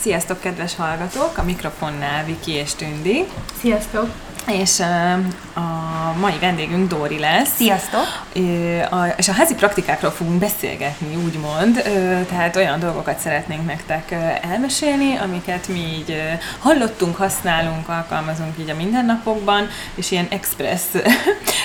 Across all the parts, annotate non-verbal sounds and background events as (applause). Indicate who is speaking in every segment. Speaker 1: Sziasztok, kedves hallgatók! A mikrofonnál Viki és Tündi,
Speaker 2: Sziasztok!
Speaker 1: és ö, a mai vendégünk Dóri lesz.
Speaker 2: Sziasztok!
Speaker 1: Ö, a- És a házi praktikákról fogunk beszélgetni, úgymond. Ö, Tehát olyan dolgokat szeretnénk nektek ö, elmesélni, amiket mi így ö, hallottunk, használunk, alkalmazunk így a mindennapokban, és ilyen express, (laughs)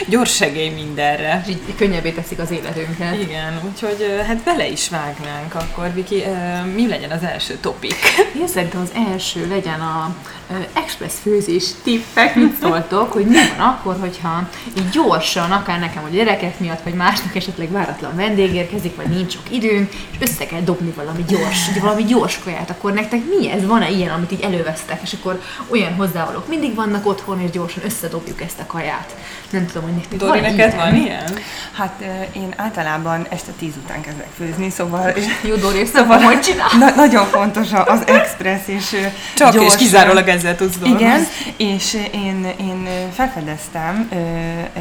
Speaker 1: gyors segély mindenre.
Speaker 2: És így könnyebbé teszik az életünket.
Speaker 1: Igen, úgyhogy ö, hát bele is vágnánk akkor, Viki, ö, mi legyen az első topik?
Speaker 2: Én szerintem az első legyen a ö, express főzés tippek, mit szóltok, hogy mi van akkor, hogyha így gyorsan, akár nekem, hogy gyerekek miatt, vagy másnak esetleg váratlan vendég érkezik, vagy nincs sok időnk, és össze kell dobni valami gyors, valami gyors kaját, akkor nektek mi ez? Van-e ilyen, amit így elővesztek, és akkor olyan hozzávalók mindig vannak otthon, és gyorsan összedobjuk ezt a kaját. Nem tudom, hogy nektek
Speaker 1: Dori, neked van ilyen?
Speaker 3: Hát ö, én általában este 10 után kezdek főzni, szóval (laughs)
Speaker 2: Jó, Dori, és szóval, hogy csinál?
Speaker 3: na- nagyon fontos a- az express és ö,
Speaker 1: Csak
Speaker 3: gyors,
Speaker 1: és kizárólag ezzel tudsz dolgozni.
Speaker 3: Igen, és én, én ö, felfedeztem, ö, ö,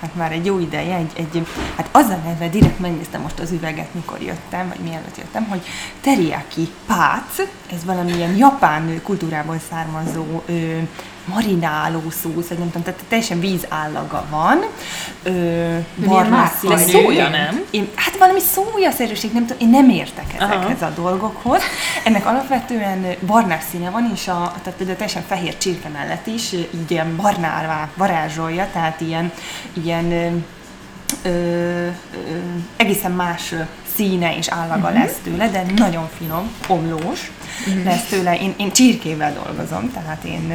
Speaker 3: hát már egy jó ideje, egy, egy, hát az a neve, direkt megnéztem most az üveget, mikor jöttem, vagy mielőtt jöttem, hogy teriyaki pác, ez valamilyen japán ö, kultúrából származó ö, marináló szósz, vagy nem tudom, tehát teljesen vízállaga van. Ö,
Speaker 2: milyen márka?
Speaker 1: De
Speaker 3: színű.
Speaker 1: szója, nem?
Speaker 3: Én, hát valami szójaszerűség, nem tudom, én nem értek
Speaker 1: Aha.
Speaker 3: ezekhez a dolgokhoz. Ennek alapvetően barnás színe van, és a, tehát például teljesen fehér csirke mellett is így ilyen barnává varázsolja, tehát ilyen, ilyen ö, ö, egészen más ö, színe és állaga uh-huh. lesz tőle, de nagyon finom, omlós uh-huh. lesz tőle. Én, én csirkével dolgozom, tehát én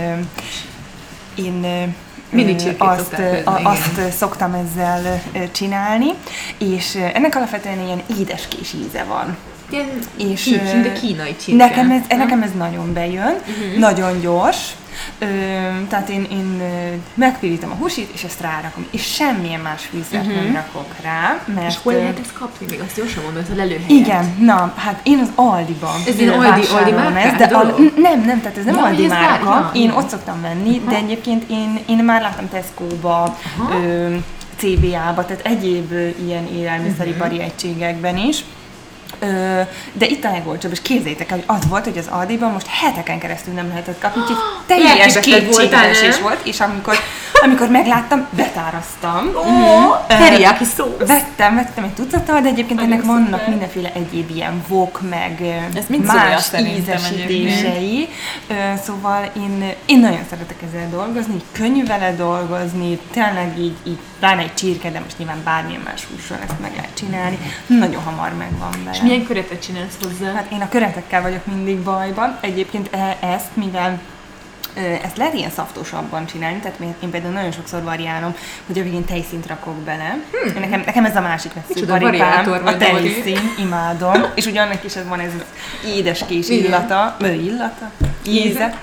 Speaker 3: ö, én ö,
Speaker 2: Mindig
Speaker 3: Ö,
Speaker 2: csirkét
Speaker 3: azt,
Speaker 2: szoktál főzni,
Speaker 3: a-
Speaker 2: igen.
Speaker 3: azt ö, szoktam ezzel ö, csinálni, és ö, ennek alapvetően ilyen édeskés íze van.
Speaker 2: Ilyen,
Speaker 3: És,
Speaker 2: így,
Speaker 3: ö,
Speaker 2: mint a kínai csirke. Mhm.
Speaker 3: Nekem ez,
Speaker 2: nem?
Speaker 3: nekem ez nagyon bejön, nagyon gyors, ö, tehát én, én ö, megpirítom a húsit, és ezt rárakom, és semmilyen más fűszert nem rakok rá, mert...
Speaker 2: Mhm. És hol
Speaker 3: ö,
Speaker 2: lehet ezt kapni? Még azt gyorsan mondod, a lelőhelyen.
Speaker 3: igen, na, hát én az Aldi-ban
Speaker 2: Ez ilyen Aldi-
Speaker 3: vásárolom
Speaker 2: Aldi
Speaker 3: ezt,
Speaker 2: márkás
Speaker 3: de
Speaker 2: dolog?
Speaker 3: al- nem, nem, tehát ez nem
Speaker 2: Ja, hogy
Speaker 3: Aldi
Speaker 2: ez bár-
Speaker 3: márka.
Speaker 2: ja,
Speaker 3: Én
Speaker 2: ja.
Speaker 3: ott szoktam venni, de egyébként én, én már láttam Tesco-ba,
Speaker 2: Aha.
Speaker 3: ö, CBA-ba, tehát egyéb ö, ilyen
Speaker 2: Mhm.
Speaker 3: élelmiszeripari egységekben is. Ö, de itt a legolcsóbb, és képzétek el, hogy az volt, hogy az Aldiban most heteken keresztül nem lehetett kapni, úgyhogy teljes
Speaker 2: (gasps) lehet, hogy kép voltál,
Speaker 3: kétségbeesés is
Speaker 2: nem?
Speaker 3: volt, és amikor, amikor megláttam, betáraztam.
Speaker 2: Teriyaki szó.
Speaker 3: Vettem, vettem egy tucattal, de egyébként
Speaker 1: Szóval Nagyon
Speaker 3: ennek vannak
Speaker 1: szuper.
Speaker 3: mindenféle egyéb ilyen vok, meg ö,
Speaker 1: Ez mind szója
Speaker 3: más
Speaker 1: szerintem
Speaker 3: ízesítései. Ö, Szóval én, én nagyon szeretek ezzel dolgozni, így könnyű vele dolgozni, tényleg így, így pláne egy csirke, de most nyilván bármilyen más hússal ezt meg lehet csinálni. Nagyon hamar megvan vele.
Speaker 2: És milyen köretet csinálsz hozzá?
Speaker 3: Hát én a köretekkel vagyok mindig bajban. Egyébként e- ezt, mivel ö, ezt lehet ilyen szaftosabban csinálni, tehát én- én például nagyon sokszor variálom, hogy a végén tejszint rakok bele. Hmm. Nekem, nekem ez a másik vesző
Speaker 2: Micsoda variátor vagy,
Speaker 3: a
Speaker 2: Dori.
Speaker 3: tejszín,
Speaker 2: (laughs)
Speaker 3: imádom. És ugyannak is ez van ez az édes kés
Speaker 2: Igen.
Speaker 3: illata, ö, illata, íze.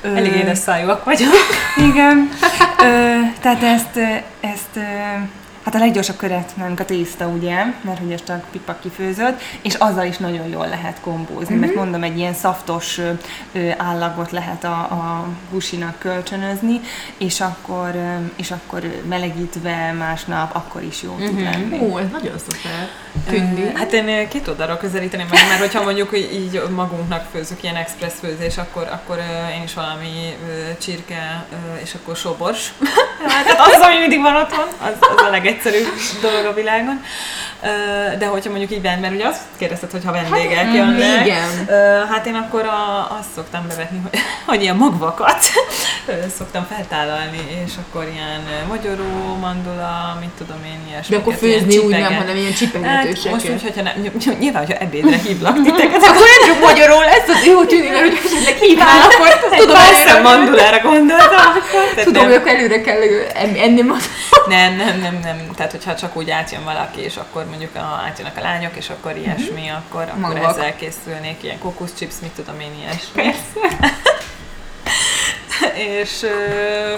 Speaker 3: Ö,
Speaker 1: Elég édes szájúak vagyunk.
Speaker 3: igen. Ö, tehát ezt, ö, ezt ö, hát a leggyorsabb köret nálunk a tészta, ugye, mert hogy ez csak pipak kifőzött, és azzal is nagyon jól lehet kombózni, mm-hmm. mert mondom, egy ilyen szaftos ö, ö, állagot lehet a, a húsinak kölcsönözni, és akkor, ö, és akkor ö, melegítve másnap, akkor is jó tud lenni.
Speaker 2: Ó, ez nagyon szuper. Tündi.
Speaker 1: Hát én ö, két oldalról közelíteném meg, mert hogyha mondjuk így- így magunknak főzzük ilyen express főzés, akkor, akkor ö, én is valami ö, csirke, ö, és akkor sobors. (laughs) Hát az, ami mindig van otthon, az, az a legegyszerűbb dolog a világon. Ö, De hogyha mondjuk így ven, mert ugye azt kérdezted, hogyha vendégek
Speaker 2: mm,
Speaker 1: jönnek.
Speaker 2: igen.
Speaker 1: Ö, Hát én akkor a, azt szoktam bevetni, hogy, (laughs) hogy ilyen magvakat ö, szoktam feltállalni, és akkor ilyen ö, magyaró, mandula, mit tudom én,
Speaker 2: De
Speaker 1: ilyesmiket.
Speaker 2: akkor
Speaker 1: ilyen
Speaker 2: főzni úgy nem,
Speaker 1: csipeget.
Speaker 2: hanem ilyen
Speaker 1: Hát,
Speaker 2: csipegetőseket.
Speaker 1: most úgy, hogyha nem, ny- ny- nyilván, hogyha ebédre hívlak
Speaker 2: (laughs)
Speaker 1: titeket,
Speaker 2: akkor
Speaker 1: (laughs)
Speaker 2: nem csak magyarul lesz, az jó tűnik, mert hogy esetleg hívnál, akkor tudom,
Speaker 1: persze
Speaker 2: előre,
Speaker 1: mandulára gondoltam. akkor- tehát
Speaker 2: tudom,
Speaker 1: nem,
Speaker 2: hogy akkor előre kell ö, en- enni ma.
Speaker 1: nem, nem, nem, nem, tehát hogyha csak úgy átjön valaki, és akkor mondjuk a, átjönnek a lányok, és
Speaker 3: Mhm.
Speaker 1: akkor ilyesmi, akkor, akkor
Speaker 2: Magvak.
Speaker 1: ezzel készülnék, ilyen kókuszchips, mit tudom én, ilyesmi. (laughs) és ö,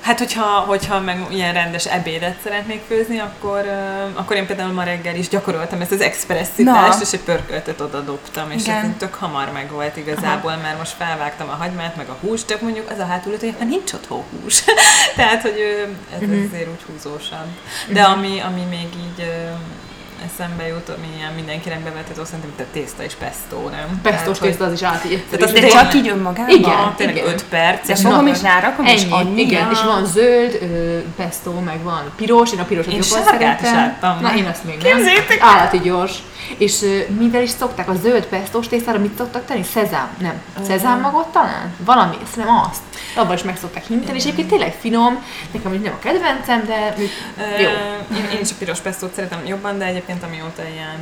Speaker 1: Hát, hogyha, hogyha meg ilyen rendes ebédet szeretnék főzni, akkor, ö, akkor én például ma reggel is gyakoroltam ezt az expresszitást,
Speaker 3: Na.
Speaker 1: és egy pörköltet oda dobtam, és
Speaker 3: Igen.
Speaker 1: ez tök hamar meg volt igazából, mert most felvágtam a hagymát, meg a húst, csak mondjuk az a hátulat, hogy éppen nincs otthon hús. (laughs)
Speaker 2: Mhm.
Speaker 1: Tehát, hogy ö, ez uh-huh. azért úgy húzósabb. De ami, ami még így ö, eszembe jut, ami ilyen mindenkinek bevethető, szerintem mint a tészta és pesto, nem?
Speaker 2: Pestós
Speaker 1: Tehát, hogy-
Speaker 2: tészta az is átírt.
Speaker 1: Tehát
Speaker 3: Tehát
Speaker 1: az
Speaker 3: de
Speaker 1: tényleg-
Speaker 3: csak így önmagában?
Speaker 2: Igen.
Speaker 1: Tényleg 5 perc,
Speaker 3: De
Speaker 1: és
Speaker 3: fogom
Speaker 1: na-
Speaker 3: is rárakom, és
Speaker 2: Ennyi,
Speaker 3: annyi?
Speaker 2: igen, és van zöld, ö, pesto, meg van piros, én a pirosat
Speaker 1: Én
Speaker 2: jobban
Speaker 1: sárgát is
Speaker 2: szeretem.
Speaker 1: láttam.
Speaker 2: Na, én azt még
Speaker 1: Képzeljétek
Speaker 2: nem. Állati gyors. És ö, mivel is szokták a zöld pestós tésztára, mit szoktak tenni? Szezám, nem. Szezám talán? Valami, szerintem azt. Abban is meg szokták hinteni, és egyébként tényleg finom. Nekem így nem a kedvencem, de
Speaker 1: Ö,
Speaker 2: jó.
Speaker 1: Én, én is a piros pestót szeretem jobban, de egyébként amióta ilyen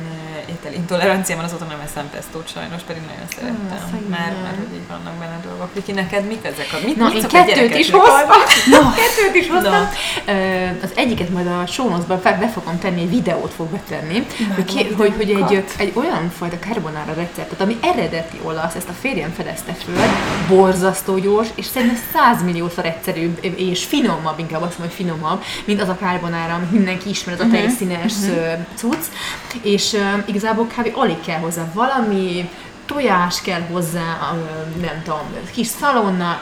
Speaker 1: ö, ételintoleranciám van, azóta nem eszem pestót sajnos, pedig nagyon szerettem.
Speaker 2: szegény.
Speaker 1: Már, már hogy így vannak benne dolgok. Viki, neked mik ezek a... Mit,
Speaker 2: Na,
Speaker 1: mit
Speaker 2: én
Speaker 1: szokott
Speaker 2: kettőt
Speaker 1: gyerekeknek
Speaker 2: is hoztam.
Speaker 3: Na,
Speaker 2: kettőt is hoztam.
Speaker 1: Na.
Speaker 2: Ö, Az egyiket majd a sónoszban fel be fogom tenni, egy videót fog betenni, hogy, ki, hogy, hogy egy, egy olyan fajta carbonara receptet, ami eredeti olasz, ezt a férjem fedezte föl, borzasztó gyors, és szerintem 100 milliószor egyszerűbb és finomabb, inkább azt mondom, hogy finomabb, mint az a carbonara, amit mindenki ismer, az a tejszínes uh cucc, és ö, igazából kb. alig kell hozzá valami, tojás kell hozzá, ö, nem tudom, kis szalonna,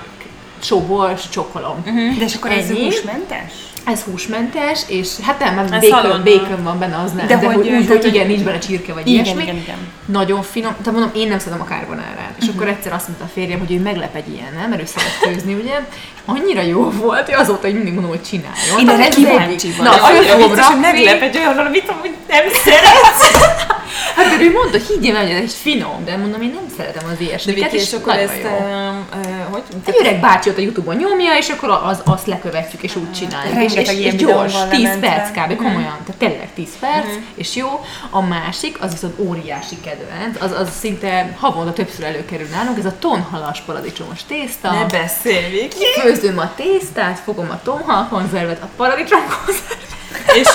Speaker 2: sóbors, csokolom.
Speaker 3: de és akkor ez
Speaker 2: Ennyi.
Speaker 3: húsmentes?
Speaker 2: Ez húsmentes, és hát nem, mert
Speaker 1: Ez
Speaker 2: békön,
Speaker 1: szalonna.
Speaker 2: békön van benne, az nem. De, de hogy, úgy, hogy igen, nincs benne csirke, vagy
Speaker 3: Igen,
Speaker 2: ilyesmi.
Speaker 3: igen, igen.
Speaker 2: Nagyon finom, de mondom, én nem szeretem a carbonárát. És akkor egyszer azt mondta a férjem, hogy ő meglep egy ilyennel, mert ő szeret főzni, ugye? És annyira jó volt, hogy azóta hogy mindig mondom, hogy csináljon.
Speaker 3: Én
Speaker 2: Tehát
Speaker 3: erre
Speaker 2: ez az egyik.
Speaker 3: kíváncsi
Speaker 2: Na,
Speaker 3: vagyok.
Speaker 2: föl
Speaker 1: Annyira
Speaker 2: fogom
Speaker 1: vicces, hogy
Speaker 2: rakni.
Speaker 1: meglep egy olyan, amit amúgy nem
Speaker 2: (laughs)
Speaker 1: szeret.
Speaker 2: Hát mert ő mondta, higgyem el, hogy ez egy finom, de mondom, én nem szeretem az
Speaker 1: De
Speaker 2: ilyesmiket,
Speaker 1: Viki, és akkor
Speaker 2: nagyon
Speaker 1: ezt...
Speaker 2: jó.
Speaker 1: em, ö, Hogy?
Speaker 2: Egy öreg bácsi ott a Youtube-on nyomja, és akkor az, azt lekövetjük, és úgy csináljuk. És, és,
Speaker 3: Rengeteg
Speaker 2: és
Speaker 3: ilyen videó
Speaker 2: gyors,
Speaker 3: van
Speaker 2: 10
Speaker 3: lementve. Mhm.
Speaker 2: perc kb. komolyan. Tehát tényleg 10 perc, és jó. A másik, az viszont óriási kedvenc, az, az szinte havonta többször előkerül nálunk, ez a tonhalas paradicsomos tészta.
Speaker 1: Ne beszélj,
Speaker 2: (laughs)
Speaker 1: Viki.
Speaker 2: Főzöm a tésztát, fogom a tonhal konzervet, a paradicsom konzervet,
Speaker 1: És...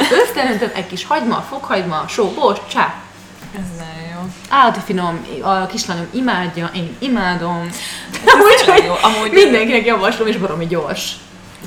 Speaker 2: (laughs) összeöntöm egy kis hagyma, fokhagyma, só, bors, csá.
Speaker 1: Ez nagyon jó.
Speaker 2: Állati finom, a kislányom imádja, én imádom.
Speaker 1: nagyon
Speaker 2: Úgyhogy
Speaker 1: jó. Amúgy-
Speaker 2: mindenkinek javaslom, és baromi gyors.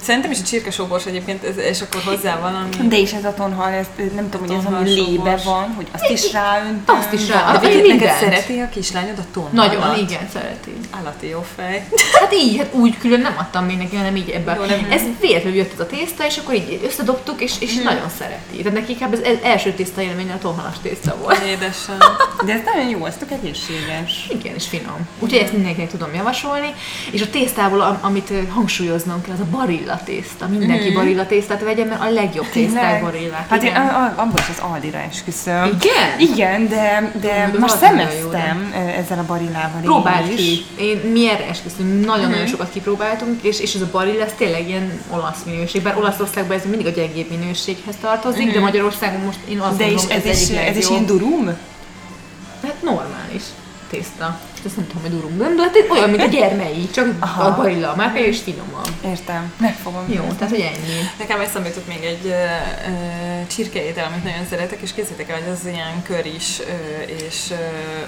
Speaker 1: Szerintem is a csirkesóbors egyébként, ez- és akkor hozzá valami...
Speaker 3: De és ez a tonhal, ez, nem tudom, hogy ez
Speaker 1: tonhal
Speaker 3: ami lébe
Speaker 1: sóbors.
Speaker 3: van, hogy azt is ráöntöm.
Speaker 2: Azt is rá,
Speaker 1: De
Speaker 2: az
Speaker 1: Viki,
Speaker 2: mindent.
Speaker 1: neked szereti a kislányod a tonnalat?
Speaker 2: Nagyon, igen, szereti.
Speaker 1: Állati jó fej.
Speaker 2: Hát így, hát úgy külön nem adtam még neki, hanem így ebben.
Speaker 1: Jó, nem-
Speaker 2: ez véletlenül jött ez a tészta, és akkor így összedobtuk, és, és nagyon szereti. Tehát neki inkább az el- első tészta élmény a tonhalas tészta volt.
Speaker 1: Édesem.
Speaker 3: De ez nagyon jó, ez tök egészséges.
Speaker 2: Igen, és finom. Úgyhogy ezt mindenkinek tudom javasolni. És a tésztából, am- amit ö, hangsúlyoznom kell, az a barilla tészta. Mindenki barilla tésztát vegye, mert a legjobb tészták barillák.
Speaker 3: Hát én
Speaker 2: igen.
Speaker 3: a- a- abból is az Aldira esküszöm.
Speaker 2: Igen?
Speaker 3: Igen, de, de
Speaker 2: de
Speaker 3: most
Speaker 2: az nagyon jó,
Speaker 3: szemeztem ö, ezzel a barillával én
Speaker 2: Próbáld
Speaker 3: is.
Speaker 2: ki. Én, mi erre esküszünk, nagyon-nagyon sokat kipróbáltunk, és, és ez a baril, ez tényleg ilyen olasz minőség, bár Olaszországban ez mindig a gyengébb minőséghez tartozik, de Magyarországon most én azt
Speaker 3: De is,
Speaker 2: gondolom,
Speaker 3: ez,
Speaker 2: ez
Speaker 3: is,
Speaker 2: egyik
Speaker 3: ez is
Speaker 2: legjobb.
Speaker 3: ilyen durum?
Speaker 2: Hát normális tészta. És Ezt nem tudom, hogy durunk bőn, de hát ez olyan, mint a gyermei, csak
Speaker 3: Aha.
Speaker 2: a barilla már és finomabb.
Speaker 3: Értem, megfogom.
Speaker 2: Jó, tehát hogy ennyi.
Speaker 1: Nekem eszembe jutott még egy ö, ö, csirkeétel, amit nagyon szeretek, és készítek el, hogy az ilyen kör is, ö, és ö,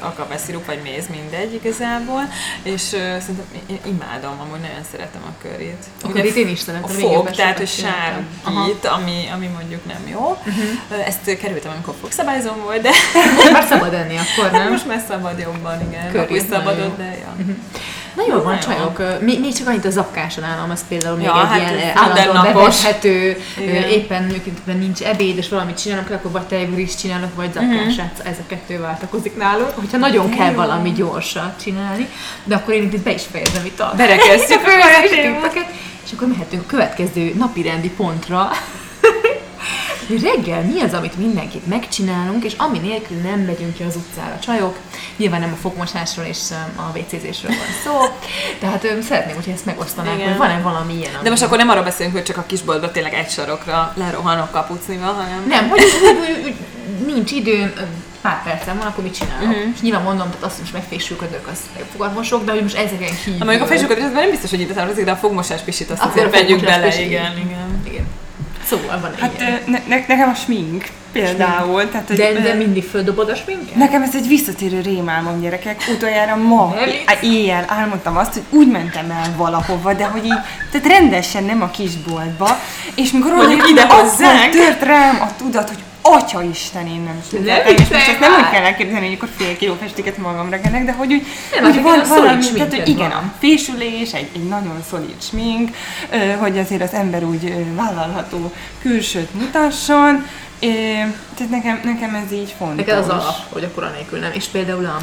Speaker 1: akaveszirup, vagy méz, mindegy igazából, és ö, szerintem én imádom, amúgy nagyon szeretem a körét.
Speaker 2: Hát A
Speaker 1: Ugye
Speaker 2: körét én is szeretem,
Speaker 1: a
Speaker 2: még jobban
Speaker 1: fog, tehát hogy
Speaker 2: sokat csináltam. Aha. Mhm.
Speaker 1: sárgít, ami, ami mondjuk nem jó. Uh-huh. Ezt ö, kerültem, amikor fogszabályzom volt, de
Speaker 2: Most már szabad enni akkor,
Speaker 1: nem?
Speaker 2: nem?
Speaker 1: Hát (laughs)
Speaker 2: Mhm.
Speaker 1: most már szabad jobban, igen.
Speaker 2: Kör
Speaker 1: Akkor is
Speaker 2: íz nagyon
Speaker 1: szabadod,
Speaker 2: jó.
Speaker 1: de ja.
Speaker 2: Na jól van,
Speaker 1: Na jó.
Speaker 2: csajok. Mi, még csak annyit a zapkáson állam, az például még
Speaker 1: Ja,
Speaker 2: egy
Speaker 1: hát
Speaker 2: ilyen
Speaker 1: ez
Speaker 2: eh, állandóan
Speaker 1: mindennapos.
Speaker 2: bevethető,
Speaker 1: Igen.
Speaker 2: ö, éppen nőként nincs ebéd, és valamit csinálnak, akkor vagy tejbris csinálnak, vagy
Speaker 1: Mhm.
Speaker 2: zapkás, mm ez a kettő váltakozik nálunk. Hogyha nagyon kell valami gyorsat csinálni, de akkor én itt be is fejezem itt a
Speaker 1: Berekeztjük
Speaker 2: a kis
Speaker 1: témát.
Speaker 2: tippeket, és akkor mehetünk a következő napirendi pontra. (laughs) Hogy Reggel mi az, amit mindenképp megcsinálunk, és ami nélkül nem megyünk ki az utcára, csajok. Nyilván nem a fogmosásról és öm, a WC-zésről van szó. Tehát öm, szeretném, hogyha ezt megosztanák,
Speaker 1: Igen.
Speaker 2: hogy van-e valami ilyen, ami...
Speaker 1: De most akkor nem arra beszélünk, hogy csak a kisboltba tényleg egy sarokra lerohanok kapucnival, hanem...
Speaker 2: Nem, hogy úgy, úgy, úgy, úgy, nincs időm, ö, pár percem van, akkor mit csinálok?
Speaker 1: Mhm.
Speaker 2: És nyilván mondom, tehát azt is megfésülködök, azt fogadmosok, de hogy most ezeken kívül...
Speaker 1: Ha mondjuk a felsőkat, ez már nem biztos, hogy ide tartozik, de a fogmosás pisit azt
Speaker 2: Akkor
Speaker 1: azért
Speaker 2: a fogmosás
Speaker 1: vegyük bele,
Speaker 2: pisit.
Speaker 1: igen, igen.
Speaker 2: Igen. Szóval van
Speaker 3: Hát
Speaker 2: ilyen.
Speaker 3: ö, ne, ne, nekem a smink például. Tehát, hogy,
Speaker 2: De,
Speaker 3: ö,
Speaker 2: de mindig földobod a sminket?
Speaker 3: Nekem ez egy visszatérő rémálmom, gyerekek. Utoljára ma
Speaker 2: Nem
Speaker 3: é- éjjel álmodtam azt, hogy úgy mentem el valahova, de hogy így, tehát rendesen nem a kisboltba, és mikor
Speaker 1: Mondjuk
Speaker 3: oda-
Speaker 1: ide
Speaker 3: akkor
Speaker 1: hozzánk.
Speaker 3: tört rám a tudat, hogy Atya Isten, én nem tudom.
Speaker 2: Ne
Speaker 3: és most
Speaker 2: viccelj
Speaker 3: ezt nem úgy
Speaker 2: már!
Speaker 3: kell elképzelni, hogy akkor fél kiló festéket magamra kenek, de hogy úgy,
Speaker 2: Nem, hát neked
Speaker 3: úgy van
Speaker 2: a szolid
Speaker 3: valami, tehát
Speaker 2: sminked
Speaker 3: hogy igen,
Speaker 2: van.
Speaker 3: a fésülés, egy, egy nagyon szolid smink, ö, hogy azért az ember úgy ö, vállalható külsőt mutasson, Ö, tehát nekem, nekem ez így fontos.
Speaker 2: Neked az alap, hogy akkor anélkül nem. És például a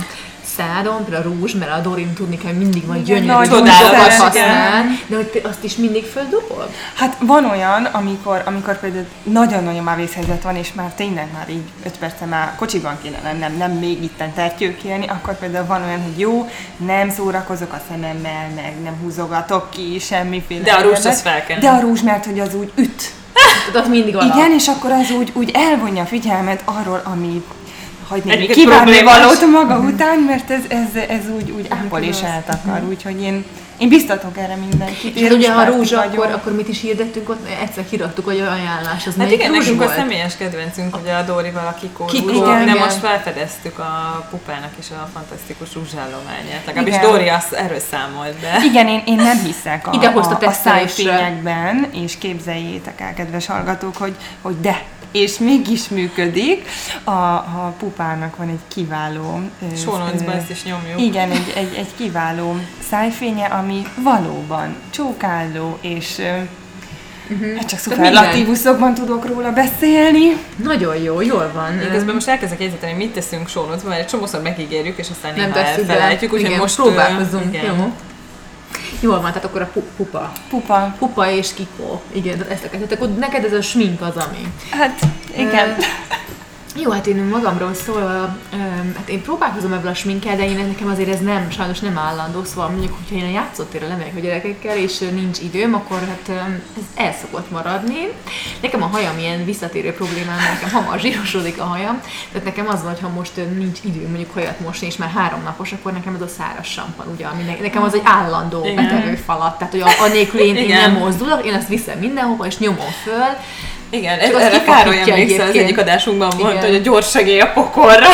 Speaker 2: szádon, például a rúzs, mert a Dorin tudni kell, hogy mindig van
Speaker 3: Igen,
Speaker 2: gyönyörű
Speaker 3: nagyon
Speaker 2: csodálatos
Speaker 3: szeretem.
Speaker 2: használ, de hogy te azt is mindig földobod?
Speaker 3: Hát van olyan, amikor, amikor például nagyon-nagyon már vészhelyzet van, és már tényleg már így 5 perce már kocsiban kéne lennem, nem még itten tertjőkélni, akkor például van olyan, hogy jó, nem szórakozok a szememmel, meg nem húzogatok ki semmiféle.
Speaker 1: De a rúst
Speaker 3: helyemet.
Speaker 1: azt fel kell.
Speaker 3: De a rúzs, mert hogy az úgy üt.
Speaker 2: Tudod, Hát mindig alap.
Speaker 3: Igen, és akkor az úgy, úgy elvonja a figyelmet arról, ami hagyni
Speaker 1: Egyébként
Speaker 3: kívánni
Speaker 1: problémás.
Speaker 3: valót maga után, mert ez, ez, ez úgy, úgy ápol és eltakar, úgyhogy én, én biztatok erre mindenkit.
Speaker 2: És hát ugye a
Speaker 3: Rúzspárti
Speaker 2: rúzs,
Speaker 3: vagyok.
Speaker 2: akkor, akkor mit is hirdettünk ott? Egyszer hirdettuk, hogy olyan ajánlás, az
Speaker 1: Hát
Speaker 2: melyik
Speaker 1: igen,
Speaker 2: rúzs
Speaker 1: nekünk a
Speaker 2: volt?
Speaker 1: személyes kedvencünk, ugye a Dórival a Kikó,
Speaker 2: Kikó,
Speaker 1: Kikó de
Speaker 3: igen.
Speaker 1: most felfedeztük a pupának is a fantasztikus rúzsállományát. Legalábbis
Speaker 3: Igen.
Speaker 1: Dóri azt erről számolt be.
Speaker 3: Igen, én, én nem hiszek a,
Speaker 2: Ide hozta
Speaker 3: a, a
Speaker 2: tesztelésre.
Speaker 3: szájfényekben, és képzeljétek el, kedves hallgatók, hogy, hogy de, és mégis működik. A, a pupának van egy kiváló... ö,
Speaker 1: Sónoncba
Speaker 3: ö,
Speaker 1: ezt is nyomjuk.
Speaker 3: igen, egy, egy, egy kiváló szájfénye, ami valóban csókálló, és uh-huh. hát csak szuperlatívuszokban tudok róla beszélni.
Speaker 2: Nagyon jó, jól van.
Speaker 1: Én közben most elkezdek jegyzetelni, hogy mit teszünk sónocba, mert egy csomószor megígérjük, és aztán
Speaker 2: nem
Speaker 1: néha
Speaker 2: tesszük bele.
Speaker 1: elfelejtjük, úgyhogy
Speaker 2: Igen,
Speaker 1: most ö,
Speaker 2: próbálkozunk.
Speaker 1: igen.
Speaker 2: Jó. Jól van, tehát akkor a pu- pupa.
Speaker 3: Pupa,
Speaker 2: Pupa és kikó. Igen, ezt tehát akkor neked ez a smink az, ami.
Speaker 3: hát igen.
Speaker 2: Jó, hát én magamról szólva, öm, hát én próbálkozom ebből a sminkkel, de én nekem azért ez nem, sajnos nem állandó, szóval mondjuk, hogyha én a játszótérre lemegyek a gyerekekkel, és ö, nincs időm, akkor hát öm, ez el szokott maradni. Nekem a hajam ilyen visszatérő problémám, mert nekem hamar zsírosodik a hajam, tehát nekem az van, ha most ö, nincs idő mondjuk hajat mosni, és már három napos, akkor nekem ez a száraz sampan, ugye, ami ne- nekem az egy állandó
Speaker 1: Igen.
Speaker 2: betevőfalat, tehát hogy a- anélkül én, én
Speaker 1: Igen.
Speaker 2: nem mozdulok, én azt viszem mindenhova, és nyomom föl,
Speaker 1: Igen,
Speaker 2: Csak az
Speaker 1: erre Károly
Speaker 2: kifakítja
Speaker 1: emlékszel, az
Speaker 2: egyébként.
Speaker 1: egyik adásunkban volt,
Speaker 2: Igen.
Speaker 1: hogy a gyors segély a pokorra.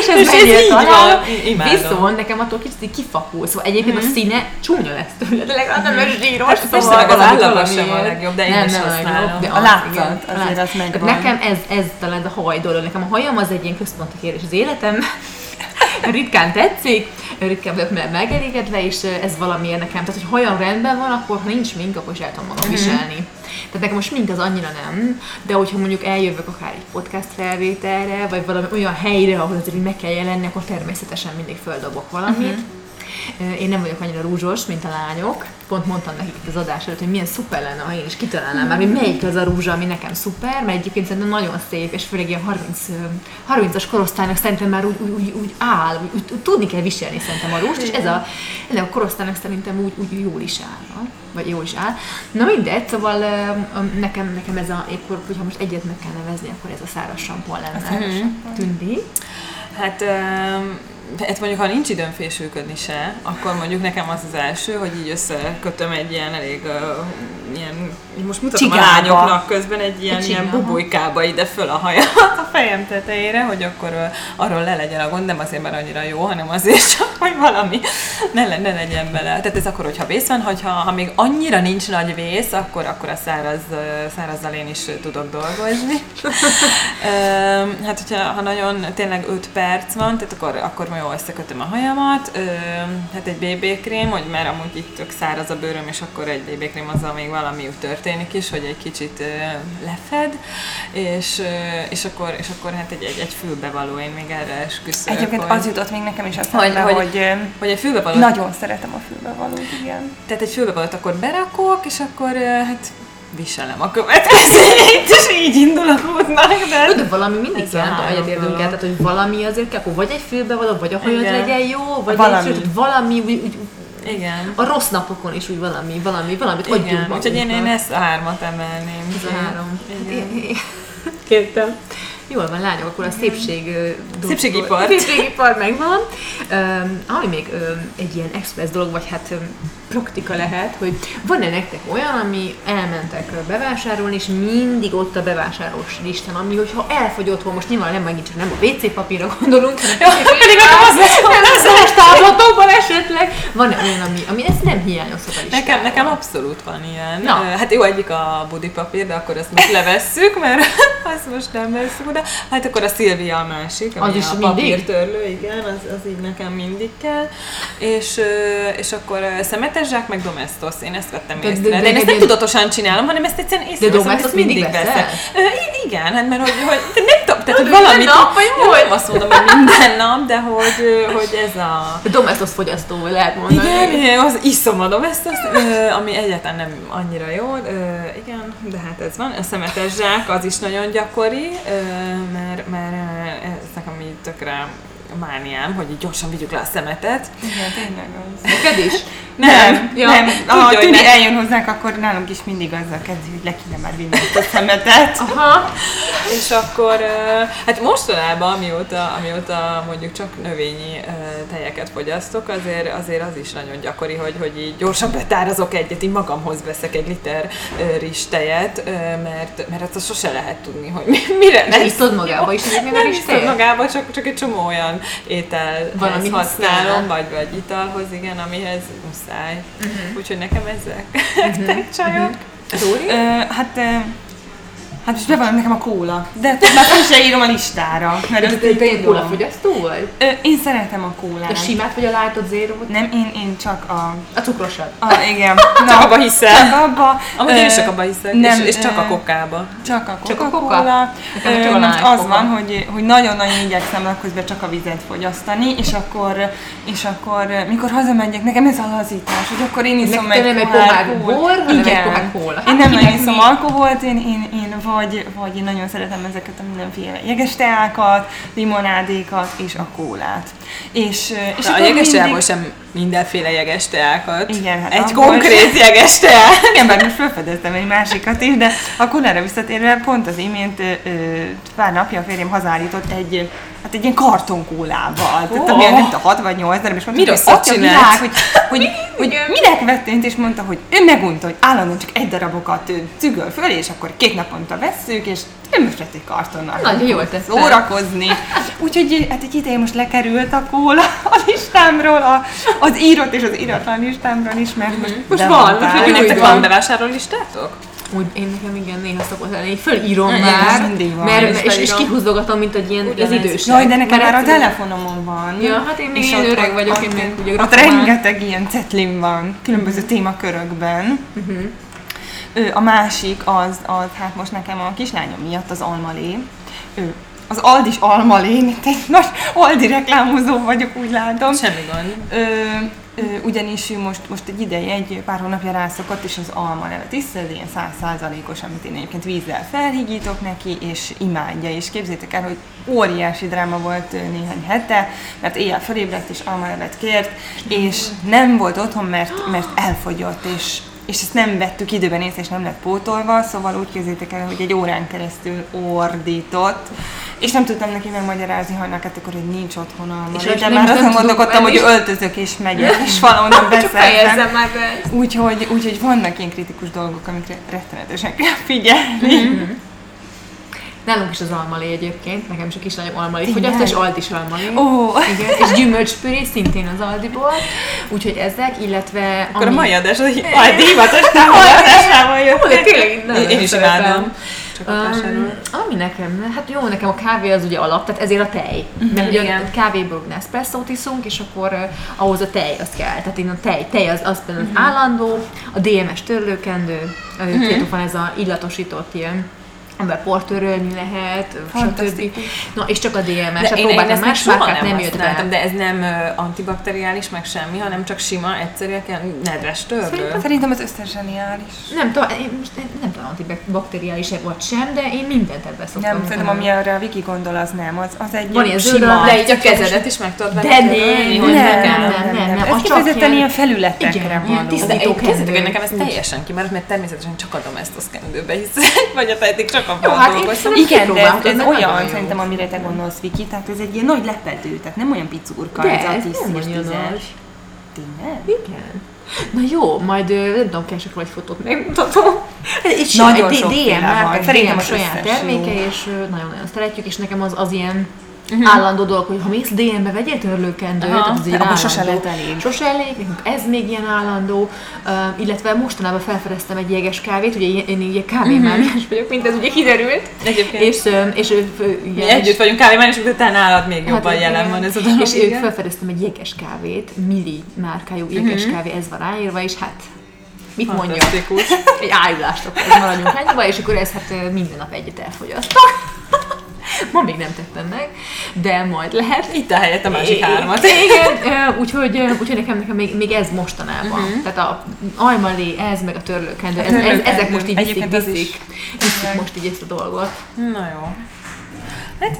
Speaker 2: és ez,
Speaker 1: És
Speaker 2: és
Speaker 1: ez
Speaker 2: ez
Speaker 1: így
Speaker 2: talán,
Speaker 1: van. I- imádom.
Speaker 2: Viszont nekem attól kicsit így kifakul, szóval egyébként
Speaker 1: Mhm.
Speaker 2: mm-hmm. a színe csúnya lesz tőle, de legalább nem lesz zsíros,
Speaker 1: Hát persze,
Speaker 3: Szóval
Speaker 1: meg az állapot sem a legjobb, de én is használom.
Speaker 3: A látszat, azért az megvan.
Speaker 2: hát Nekem ez, ez talán a haj dolog, nekem a hajam az egy ilyen központi kérdés az életem, (laughs) ritkán tetszik, ritkán vagyok me- megelégedve, és ez valamiért nekem. Tehát, hogy hajam rendben van, akkor ha nincs mink, akkor is el tudom
Speaker 3: Mhm.
Speaker 2: magam viselni. Tehát nekem most mink az annyira nem, de hogyha mondjuk eljövök akár egy podcast felvételre, vagy valami olyan helyre, ahol azért így meg kell jelenni, akkor természetesen mindig földobok valamit.
Speaker 3: Mhm.
Speaker 2: Uh-huh. Én nem vagyok annyira rúzsos, mint a lányok. Pont mondtam nekik itt az adás előtt, hogy milyen szuper lenne, ha én is kitalálnám már, hogy melyik az a rúzsa, ami nekem szuper, mert egyébként szerintem nagyon szép, és főleg ilyen 30, ö, 30-as korosztálynak szerintem már úgy, úgy, úgy, úgy áll, úgy, úgy, tudni kell viselni szerintem a rúst, és ez a, ennek a korosztálynak szerintem úgy, úgy jól is áll, no? vagy jól is áll. Na mindegy, szóval ö, ö, nekem, nekem ez a, épp, hogyha most egyet meg kell nevezni, akkor ez a száraz sampon lenne. Tündi.
Speaker 1: Hát, öm, hát mondjuk, ha nincs időm fésülködni se, akkor mondjuk nekem az az első, hogy így összekötöm egy ilyen elég uh, ilyen, most mutatom
Speaker 3: Csigába.
Speaker 1: a lányoknak közben egy ilyen,
Speaker 2: Egy
Speaker 1: ilyen
Speaker 2: csiga, aha.
Speaker 1: bubujkába ide föl a hajamat a fejem tetejére, hogy akkor ö, arról le legyen a gond, nem azért, mert annyira jó, hanem azért (laughs) csak, hogy valami ne, le- ne legyen bele. Tehát ez akkor, hogyha vész van, hogyha ha még annyira nincs nagy vész, akkor, akkor a száraz, ö, szárazzal én is ö, tudok dolgozni. Öm, hát, hogyha ha nagyon tényleg 5 perc van, tehát akkor, akkor majd jól összekötöm a hajamat, öm, hát egy BB-krém, hogy már amúgy itt tök száraz a bőröm, és akkor egy BB-krém azzal még valami úgy történik is, hogy egy kicsit ö, lefed, és, ö, és, akkor, és akkor hát egy, egy, egy fülbevaló, én még erre esküszök.
Speaker 3: Egyébként
Speaker 1: hogy,
Speaker 3: az jutott még nekem is
Speaker 1: hogy,
Speaker 3: eszembe,
Speaker 1: hogy,
Speaker 3: hogy,
Speaker 1: hogy,
Speaker 3: hogy
Speaker 1: hogy egy fülbevalót
Speaker 3: nagyon szeretem a fülbevalót, igen.
Speaker 1: tehát egy fülbevalót akkor berakok, és akkor ö, hát viselem a következőt, és így indul a útnak, de...
Speaker 2: Jó, de valami mindig
Speaker 1: Ez
Speaker 2: kell,
Speaker 1: a
Speaker 2: nem tudom,
Speaker 1: három
Speaker 2: egyetértünk el,
Speaker 1: dolog.
Speaker 2: tehát hogy valami azért kell, akkor vagy egy fülbe való, vagy a hajad
Speaker 1: Igen.
Speaker 2: legyen jó, vagy valami.
Speaker 3: Valami.
Speaker 2: Egy, sőt, hogy valami úgy, úgy,
Speaker 1: Igen.
Speaker 2: a rossz napokon is úgy valami, valami, valamit adjunk
Speaker 1: Igen, úgyhogy én, én
Speaker 2: magunknak.
Speaker 1: ezt a hármat emelném.
Speaker 2: Ez a három. Hát
Speaker 1: Igen.
Speaker 2: én- én- Kértem. Jól van, lányok, akkor a szépség... ö, dolog-
Speaker 1: Szépségipar.
Speaker 2: (laughs) Szépségipar megvan. Öm, ami még öm, egy ilyen express dolog, vagy hát öm, praktika lehet, hogy van-e nektek olyan, ami elmentek ö, bevásárolni, és mindig ott a bevásárlós listán, ami, hogyha elfogy otthon, most nyilván nem megint csak nem a WC papírra gondolunk, hanem
Speaker 1: Pedig nekem az lesz, hogy
Speaker 2: az összes táblatokban esetleg. Van-e olyan, ami, ami ezt nem hiányozhat a listáról?
Speaker 1: Nekem, nekem abszolút van ilyen.
Speaker 2: Na.
Speaker 1: Na. Hát jó, egyik a budipapír, de akkor ezt most levesszük, mert (laughs) azt most nem vesszük oda. Hát akkor a Szilvia a másik, ami
Speaker 2: Az is
Speaker 1: a
Speaker 2: mindig?
Speaker 1: papírtörlő, igen, az, az így nekem mindig kell. És, ö, és akkor ö, szemetes zsák, meg domestos, én ezt vettem
Speaker 2: De- de-
Speaker 1: észre. De,
Speaker 2: de
Speaker 1: én ezt nem
Speaker 2: neked-
Speaker 1: tudatosan csinálom, hanem ezt egyszerűen észreveszem,
Speaker 2: domestos
Speaker 1: ezt
Speaker 2: mindig veszel?
Speaker 1: Ö, i- igen, hát mert hogy, hogy de nem tudom, tehát hogy
Speaker 2: Minden
Speaker 1: valamit...
Speaker 2: nap, vagy
Speaker 1: jó, nem azt mondom, hogy minden nap, de hogy, ö, hogy ez a...
Speaker 2: Domestos fogyasztó lehet mondani.
Speaker 1: Igen, igen, az iszom adom ezt, azt, ö, ami egyáltalán nem annyira jó, ö, igen, de hát ez van. A szemetes zsák az is nagyon gyakori, ö, mert, mert ö, ez nekem így tökre mániám, hogy így gyorsan vigyük le a szemetet.
Speaker 3: Igen, tényleg az.
Speaker 2: Neked is?
Speaker 3: Nem,
Speaker 2: Ja.
Speaker 3: nem.
Speaker 1: Tudja,
Speaker 3: Ha
Speaker 1: hogy
Speaker 3: a Tüni
Speaker 1: ne-
Speaker 3: eljön hozzánk, akkor nálunk is mindig azzal kezdi, hogy le kéne már vinni ezt a szemetet.
Speaker 2: Aha.
Speaker 1: És akkor, ö, hát mostanában, amióta, amióta mondjuk csak növényi ö, tejeket fogyasztok, azért, azért az is nagyon gyakori, hogy, hogy így gyorsan betárazok egyet, így magamhoz veszek egy liter ö, rizstejet, ö, mert, mert azt sose lehet tudni, hogy mi, mire
Speaker 2: Nem
Speaker 1: lesz.
Speaker 2: hiszod magába is egyébként
Speaker 1: Nem
Speaker 2: meg is
Speaker 1: hiszem
Speaker 2: te?
Speaker 1: magába, csak, csak egy csomó olyan étel
Speaker 2: Valamihez
Speaker 1: használom,
Speaker 2: kellene.
Speaker 1: vagy, vagy italhoz, igen, amihez muszáj.
Speaker 3: Mhm.
Speaker 1: Uh-huh. Úgyhogy nekem ezek. (laughs) Nektek csajok?
Speaker 2: Zsóri?
Speaker 3: Ö, hát, ö, hát most bevallom nekem a kóla, de hát már fel se írom a listára. Mert azt
Speaker 2: Te
Speaker 3: így
Speaker 2: egy
Speaker 3: tudom.
Speaker 2: kóla fogyasztó vagy?
Speaker 3: Ö, Én szeretem a kólát.
Speaker 2: A simát vagy a lightot, zérót?
Speaker 3: Nem, én, én csak a...
Speaker 2: A cukrosat.
Speaker 3: a igen.
Speaker 1: Csak abba hiszel.
Speaker 3: Csak abba.
Speaker 1: Amúgy
Speaker 3: Ö,
Speaker 1: én is csak abba hiszek,
Speaker 3: nem,
Speaker 1: és, és csak a
Speaker 3: ö,
Speaker 1: kokába.
Speaker 3: Csak a
Speaker 2: Csak a
Speaker 3: Coca-Cola.
Speaker 2: Nekem
Speaker 3: Ö,
Speaker 2: csak a
Speaker 3: most
Speaker 2: Light
Speaker 3: az
Speaker 2: Coca.
Speaker 3: van, hogy, hogy nagyon-nagyon igyekszem napközben csak a vizet fogyasztani, és akkor, és akkor mikor hazamegyek, nekem ez a lazítás, hogy akkor én iszom
Speaker 2: Neked nem egy pohár
Speaker 3: kólát.
Speaker 2: bor, hanem egy
Speaker 3: Igen.
Speaker 2: pohár kóla. Hát
Speaker 3: Én nem nagyon
Speaker 2: kinek mi?
Speaker 3: iszom alkoholt, én, én, én vagy, vagy én nagyon szeretem ezeket a mindenféle jeges teákat, limonádékat és a kólát. És, ö, és
Speaker 1: És a
Speaker 3: akkor
Speaker 1: jeges
Speaker 3: mindig-
Speaker 1: teából sem mindenféle jeges teákat.
Speaker 3: Igen, hát
Speaker 1: Egy
Speaker 3: abból
Speaker 1: konkrét jeges teát.
Speaker 3: Igen, bár most felfedeztem egy másikat is, de a kulára visszatérve pont az imént ö, ö, pár napja a férjem hazállított egy ö, hát egy ilyen kartonkólával. Tehát
Speaker 1: Ó.
Speaker 3: amilyen nem tudom, 6 vagy 8 darab, és mondta,
Speaker 1: Mi
Speaker 3: hogy
Speaker 1: rosszat
Speaker 3: atya
Speaker 1: csinált?
Speaker 3: világ, hogy, hogy, hogy minek vettént, és mondta, hogy ő megunta, hogy állandóan csak egy darabokat ö, cügöl föl, és akkor két naponta vesszük, és ő most vett egy kartonnal.
Speaker 2: Nagyon jól tette.
Speaker 3: Szórakozni. Úgyhogy hát egy ideje most lekerült a kóla a listámról, a, az írott és az íratlan listámról is, mert most,
Speaker 1: Most
Speaker 3: de
Speaker 1: Mhm. van,
Speaker 3: mondták.
Speaker 1: úgyhogy
Speaker 2: Úgy
Speaker 1: nektek
Speaker 2: van.
Speaker 1: van bevásárolólistátok?
Speaker 2: Úgy, én nekem igen, néha szokott lenni. Így fölírom
Speaker 3: Igen,
Speaker 2: már,
Speaker 3: ez mindig van.
Speaker 2: mert,
Speaker 1: Én is
Speaker 2: és, és
Speaker 1: felírom.
Speaker 2: kihúzogatom, mint egy ilyen az
Speaker 1: Ugyanez.
Speaker 2: idős.
Speaker 3: Jaj, de nekem már a telefonomon van.
Speaker 2: Ja, hát én még
Speaker 3: És
Speaker 2: ilyen
Speaker 3: ott-
Speaker 2: öreg
Speaker 3: ott-
Speaker 2: vagyok,
Speaker 3: ott-
Speaker 2: én még ugye Mhm.
Speaker 3: Ott
Speaker 2: grafolom.
Speaker 3: rengeteg ilyen cetlim van, különböző témakörökben.
Speaker 2: Mhm.
Speaker 3: Ö, A másik az, az, hát most nekem a kislányom miatt az almalé. Ő, az Aldis almalé, mint egy nagy Aldi reklámozó vagyok, úgy látom.
Speaker 1: Semmi gond.
Speaker 3: Ö, ö, ugyanis ő most, most egy ideje, egy pár hónapja rászokott, és az alma nevet iszta, ez ilyen százszázalékos, amit én egyébként vízzel felhigítok neki, és imádja. És képzétek el, hogy óriási dráma volt ö, néhány hete, mert éjjel fölébredt, és alma nevet kért, és nem volt otthon, mert, mert elfogyott, és és ezt nem vettük időben észre, és nem lett pótolva, szóval úgy képzétek el, hogy egy órán keresztül ordított, és nem tudtam neki megmagyarázni hajnalkat, akkor, hogy nincs otthon alma.
Speaker 2: És
Speaker 3: És de
Speaker 2: most
Speaker 3: már
Speaker 2: nem
Speaker 3: azon
Speaker 2: tudunk
Speaker 3: gondolkodtam,
Speaker 2: venni.
Speaker 3: hogy öltözök és megyek, és valahonnan
Speaker 2: Csak
Speaker 3: beszerzem.
Speaker 2: fejezzem már be.
Speaker 3: Úgyhogy, úgyhogy vannak ilyen kritikus dolgok, amikre rettenetesen kell figyelni.
Speaker 2: Mhm. Nálunk is az almalé egyébként, nekem is a kislányom almalé
Speaker 3: Tényleg?
Speaker 2: fogyaszt, és Aldi is almalé.
Speaker 3: Ó, oh,
Speaker 2: Igen, és gyümölcspüré szintén az Aldiból, úgyhogy ezek, illetve...
Speaker 1: Akkor a
Speaker 2: ami-
Speaker 1: mai adás az a divatos támogatásával
Speaker 2: Ó, de
Speaker 1: jött.
Speaker 2: tényleg nagyon
Speaker 1: Én is
Speaker 2: szeretem.
Speaker 1: imádom. Csak ott
Speaker 2: Um,
Speaker 1: vásárolok.
Speaker 2: ami nekem, hát jó, nekem a kávé az ugye alap, tehát ezért a tej.
Speaker 1: Mhm.
Speaker 2: Mert ugye a kávéből Nespresso-t iszunk, és akkor uh, ahhoz a tej az kell. Tehát én a tej, tej az, az például
Speaker 1: Mhm.
Speaker 2: uh-huh. állandó, a DMS törlőkendő, uh-huh. két van ez a illatosított ilyen amiben portörölni lehet, eh, stb.
Speaker 3: Fantasztikus.
Speaker 2: Na, és csak a DMS,
Speaker 1: De
Speaker 2: hát
Speaker 1: én, én
Speaker 2: próbáltam
Speaker 1: ezt még
Speaker 2: más
Speaker 1: soha
Speaker 2: márkát,
Speaker 1: nem,
Speaker 2: nem jött
Speaker 1: használtam,
Speaker 2: be.
Speaker 1: de ez nem ö, antibakteriális, meg semmi, hanem csak sima, egyszerűek, ilyen nedves törlő.
Speaker 2: Szerintem
Speaker 3: szerintem ez összezseniális.
Speaker 2: Nem tudom, én most nem tudom, antibakteriális e vagy sem, de én mindent ebbe szoktam.
Speaker 3: Nem, szerintem ami arra a Viki gondol, az nem. Az, az egy
Speaker 2: Van ilyen zöld alap,
Speaker 1: De így a kezedet is meg tudod
Speaker 2: De
Speaker 1: vele
Speaker 2: nem,
Speaker 1: törölni,
Speaker 2: nem,
Speaker 1: hogy
Speaker 2: nem,
Speaker 1: ne-
Speaker 2: nem, nem, nem,
Speaker 3: Ez
Speaker 2: a csak
Speaker 3: kifejezetten
Speaker 2: ilyen-
Speaker 3: ilyen Szóval felületekre
Speaker 2: Igen,
Speaker 3: való.
Speaker 2: ilyen tiszta-
Speaker 1: De
Speaker 2: Tisztító
Speaker 1: én kezdetek, hogy
Speaker 2: kendő.
Speaker 1: nekem ez
Speaker 2: Úgy.
Speaker 1: teljesen kimaradt, mert természetesen csak adom ezt a szkendőbe, hiszen (laughs) vagy a pedig csak abban
Speaker 2: Jó, hát én
Speaker 1: dolgozom.
Speaker 2: szerintem-
Speaker 3: Igen, de ez,
Speaker 2: Kipróbáltad,
Speaker 3: ez
Speaker 2: meg nagyon
Speaker 3: olyan,
Speaker 2: jó.
Speaker 3: szerintem, amire te gondolsz, Viki, tehát ez egy ilyen nagy lepedő, tehát nem olyan picurka,
Speaker 2: De,
Speaker 3: ez a
Speaker 2: ez
Speaker 3: tíz
Speaker 2: nem
Speaker 3: és
Speaker 2: olyan
Speaker 3: tízes.
Speaker 2: nagy.
Speaker 3: Tényleg?
Speaker 2: Igen. Na jó, majd ö, nem tudom, kell csak egy fotót megmutatom. Hát Egy
Speaker 3: Nagyon
Speaker 2: nagyon egy
Speaker 3: sokféle
Speaker 2: DM
Speaker 3: van.
Speaker 2: márka, egy
Speaker 3: Szerintem
Speaker 2: DM
Speaker 3: az
Speaker 2: saját
Speaker 3: összes
Speaker 2: terméke,
Speaker 3: jó.
Speaker 2: és ö, nagyon-nagyon szeretjük, és nekem az az ilyen
Speaker 3: Mhm.
Speaker 2: állandó dolog, hogy ha mész DM-be, vegyél törlőkendőt,
Speaker 1: Aha,
Speaker 2: az ilyen
Speaker 3: abból
Speaker 2: állandó.
Speaker 3: sose lehet elég.
Speaker 2: Sose elég, nekünk ez még ilyen állandó, Ö, illetve mostanában felfedeztem egy jeges kávét, ugye én- én ilyen kávémániás vagyok, mint ez ugye kiderült.
Speaker 1: Egyébként.
Speaker 2: És, ö, és ő
Speaker 1: Mi együtt vagyunk kávéban, és utána nálad még jobban
Speaker 2: Hát igen,
Speaker 1: jelen
Speaker 2: igen.
Speaker 1: van ez a dolog.
Speaker 2: És ők
Speaker 1: igen.
Speaker 2: felfedeztem egy jéges kávét, Mili márkájú jéges kávé, ez van ráírva, és hát mit mondjak?
Speaker 1: Mhm. Fantasztikus.
Speaker 2: (laughs) Egy ájulást akkor maradjunk hányba, és akkor ez hát ö, minden nap egyet elfogyasztok. (laughs) Ma még nem tettem meg, de majd lehet.
Speaker 1: Itt a helyett a másik hármat.
Speaker 2: (laughs)
Speaker 1: (laughs)
Speaker 2: Igen, ö, úgyhogy, ö, úgyhogy nekem, nekem még, még ez mostanában.
Speaker 1: Mhm.
Speaker 2: Uh-huh. Tehát a ajmalé, ez meg a törlőkendő, ez, ez, ezek most így viszik,
Speaker 3: Egyébként az is.
Speaker 2: viszik, viszik most így ezt a dolgot.
Speaker 1: Na jó. Hát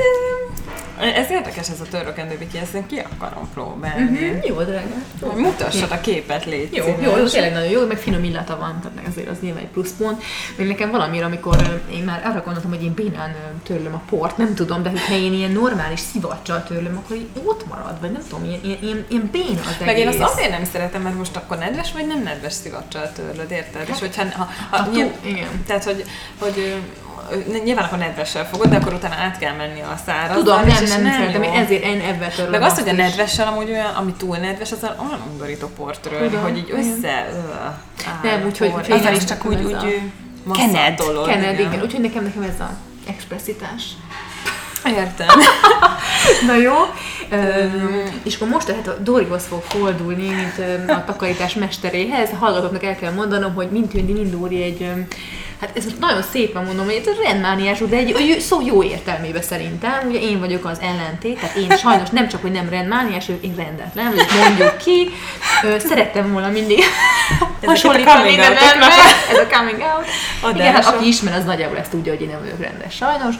Speaker 1: ö, ez érdekes ez a törökendő biki, ezt én ki akarom próbálni.
Speaker 2: Mm, jó, drága.
Speaker 1: Mhm. Hogy Mutassad a képet, légy
Speaker 2: Jó,
Speaker 1: szíves.
Speaker 2: jó, jó, tényleg nagyon jó, meg finom illata van, tehát azért az nyilván egy pluszpont. Még nekem valamire, amikor ö, én már arra gondoltam, hogy én bénán ö, törlöm a port, nem tudom, de hogyha én ilyen normális szivacsal törlöm, akkor így ott marad, vagy nem tudom, ilyen, ilyen, ilyen, ilyen béna az
Speaker 1: Meg én azt
Speaker 2: egész.
Speaker 1: azért nem szeretem, mert most akkor nedves vagy nem nedves szivacsal törlöd, érted? És hogyha, ha, ha,
Speaker 2: A
Speaker 1: nyilv,
Speaker 2: tú- Hát, igen.
Speaker 1: tehát, hogy, hogy ö, ö, nyilván akkor nedvessel fogod, de akkor utána át kell menni a száraz.
Speaker 2: Tudom, nem, nem, nem szeretem, én ezért én ebben törlöm.
Speaker 1: Meg azt,
Speaker 2: azt
Speaker 1: hogy a
Speaker 2: is.
Speaker 1: nedvessel amúgy olyan, ami túl nedves, az olyan undorító port
Speaker 2: Tudom,
Speaker 1: hogy így
Speaker 2: igen.
Speaker 1: össze... ö,
Speaker 2: Nem,
Speaker 1: áll,
Speaker 2: úgyhogy-
Speaker 1: por-
Speaker 2: úgyhogy
Speaker 1: igen,
Speaker 2: én
Speaker 1: és csak úgy,
Speaker 2: nekem
Speaker 1: úgy
Speaker 2: ez
Speaker 1: ö,
Speaker 3: Kened.
Speaker 1: masszatolod,
Speaker 2: Kennedy, igen. Úgyhogy nekem, nekem ez a expresszitás.
Speaker 1: Értem.
Speaker 2: Na jó. Öm, és akkor most tehát a Dorihoz fog fordulni, mint öm, a takarítás mesteréhez. A hallgatóknak el kell mondanom, hogy mint Tündi, mind Dóri egy, öm, hát ez most nagyon szépen mondom, hogy ez rendmániás, de egy egy szó jó értelmében szerintem. Ugye én vagyok az ellentét, tehát én sajnos nem csak, hogy nem rendmániás, én rendetlen, hogy mondjuk ki. Ö, szerettem volna (laughs) mindig hasonlítani,
Speaker 1: coming
Speaker 2: de nem,
Speaker 1: out-oknak
Speaker 2: mert ez a coming out. Igen, hát
Speaker 1: Adása.
Speaker 2: aki ismer, az nagyjából ezt tudja, hogy én nem vagyok rendes, sajnos.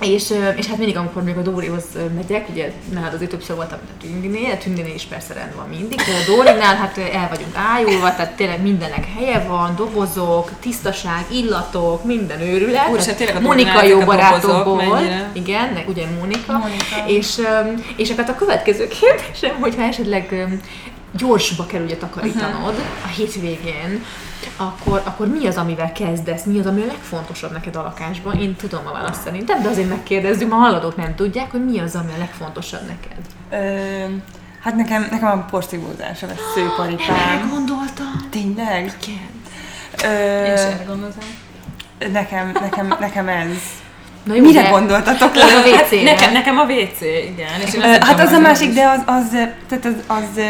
Speaker 2: És, ö, és hát mindig, amikor még a Dórihoz ö, megyek, ugye nálad azért többször voltam, mint a Tündinél, a Tündinél is persze rend van mindig, de a Dórinál hát ö, el vagyunk ájulva, tehát tényleg mindennek helye van, dobozok, tisztaság, illatok, minden őrület.
Speaker 1: Úristen,
Speaker 2: Tehát
Speaker 1: tényleg a
Speaker 2: Monika
Speaker 1: Dórinál
Speaker 2: jó
Speaker 1: ezek a
Speaker 2: barátom
Speaker 1: dobozok,
Speaker 2: volt,
Speaker 1: mennyire?
Speaker 2: igen, ne- ugye Monika.
Speaker 3: Monika.
Speaker 2: És, ö, és akkor hát a következő kérdésem, hogyha esetleg ö, gyorsba kell ugye takarítanod a hétvégén, akkor, akkor mi az, amivel kezdesz? Mi az, ami a legfontosabb neked a lakásban? Én tudom a választ szerintem, de azért megkérdezzük, a hallgatók nem tudják, hogy mi az, ami a legfontosabb neked.
Speaker 3: Ö, hát nekem, nekem a porszívózása
Speaker 2: Erre
Speaker 3: lesz szőparipám.
Speaker 2: gondoltam.
Speaker 3: Tényleg?
Speaker 2: Igen.
Speaker 1: Én
Speaker 3: Ö,
Speaker 1: is erre gondoltam.
Speaker 3: nekem, nekem, nekem ez.
Speaker 2: Na
Speaker 3: Mire
Speaker 2: de-
Speaker 3: gondoltatok?
Speaker 2: Az a
Speaker 1: Hát
Speaker 2: WC-re.
Speaker 1: nekem, nekem a WC, igen. És én
Speaker 3: Ö,
Speaker 1: azt hittem,
Speaker 3: Hát az a
Speaker 1: hogy-
Speaker 3: másik, de az, az, tehát az, az,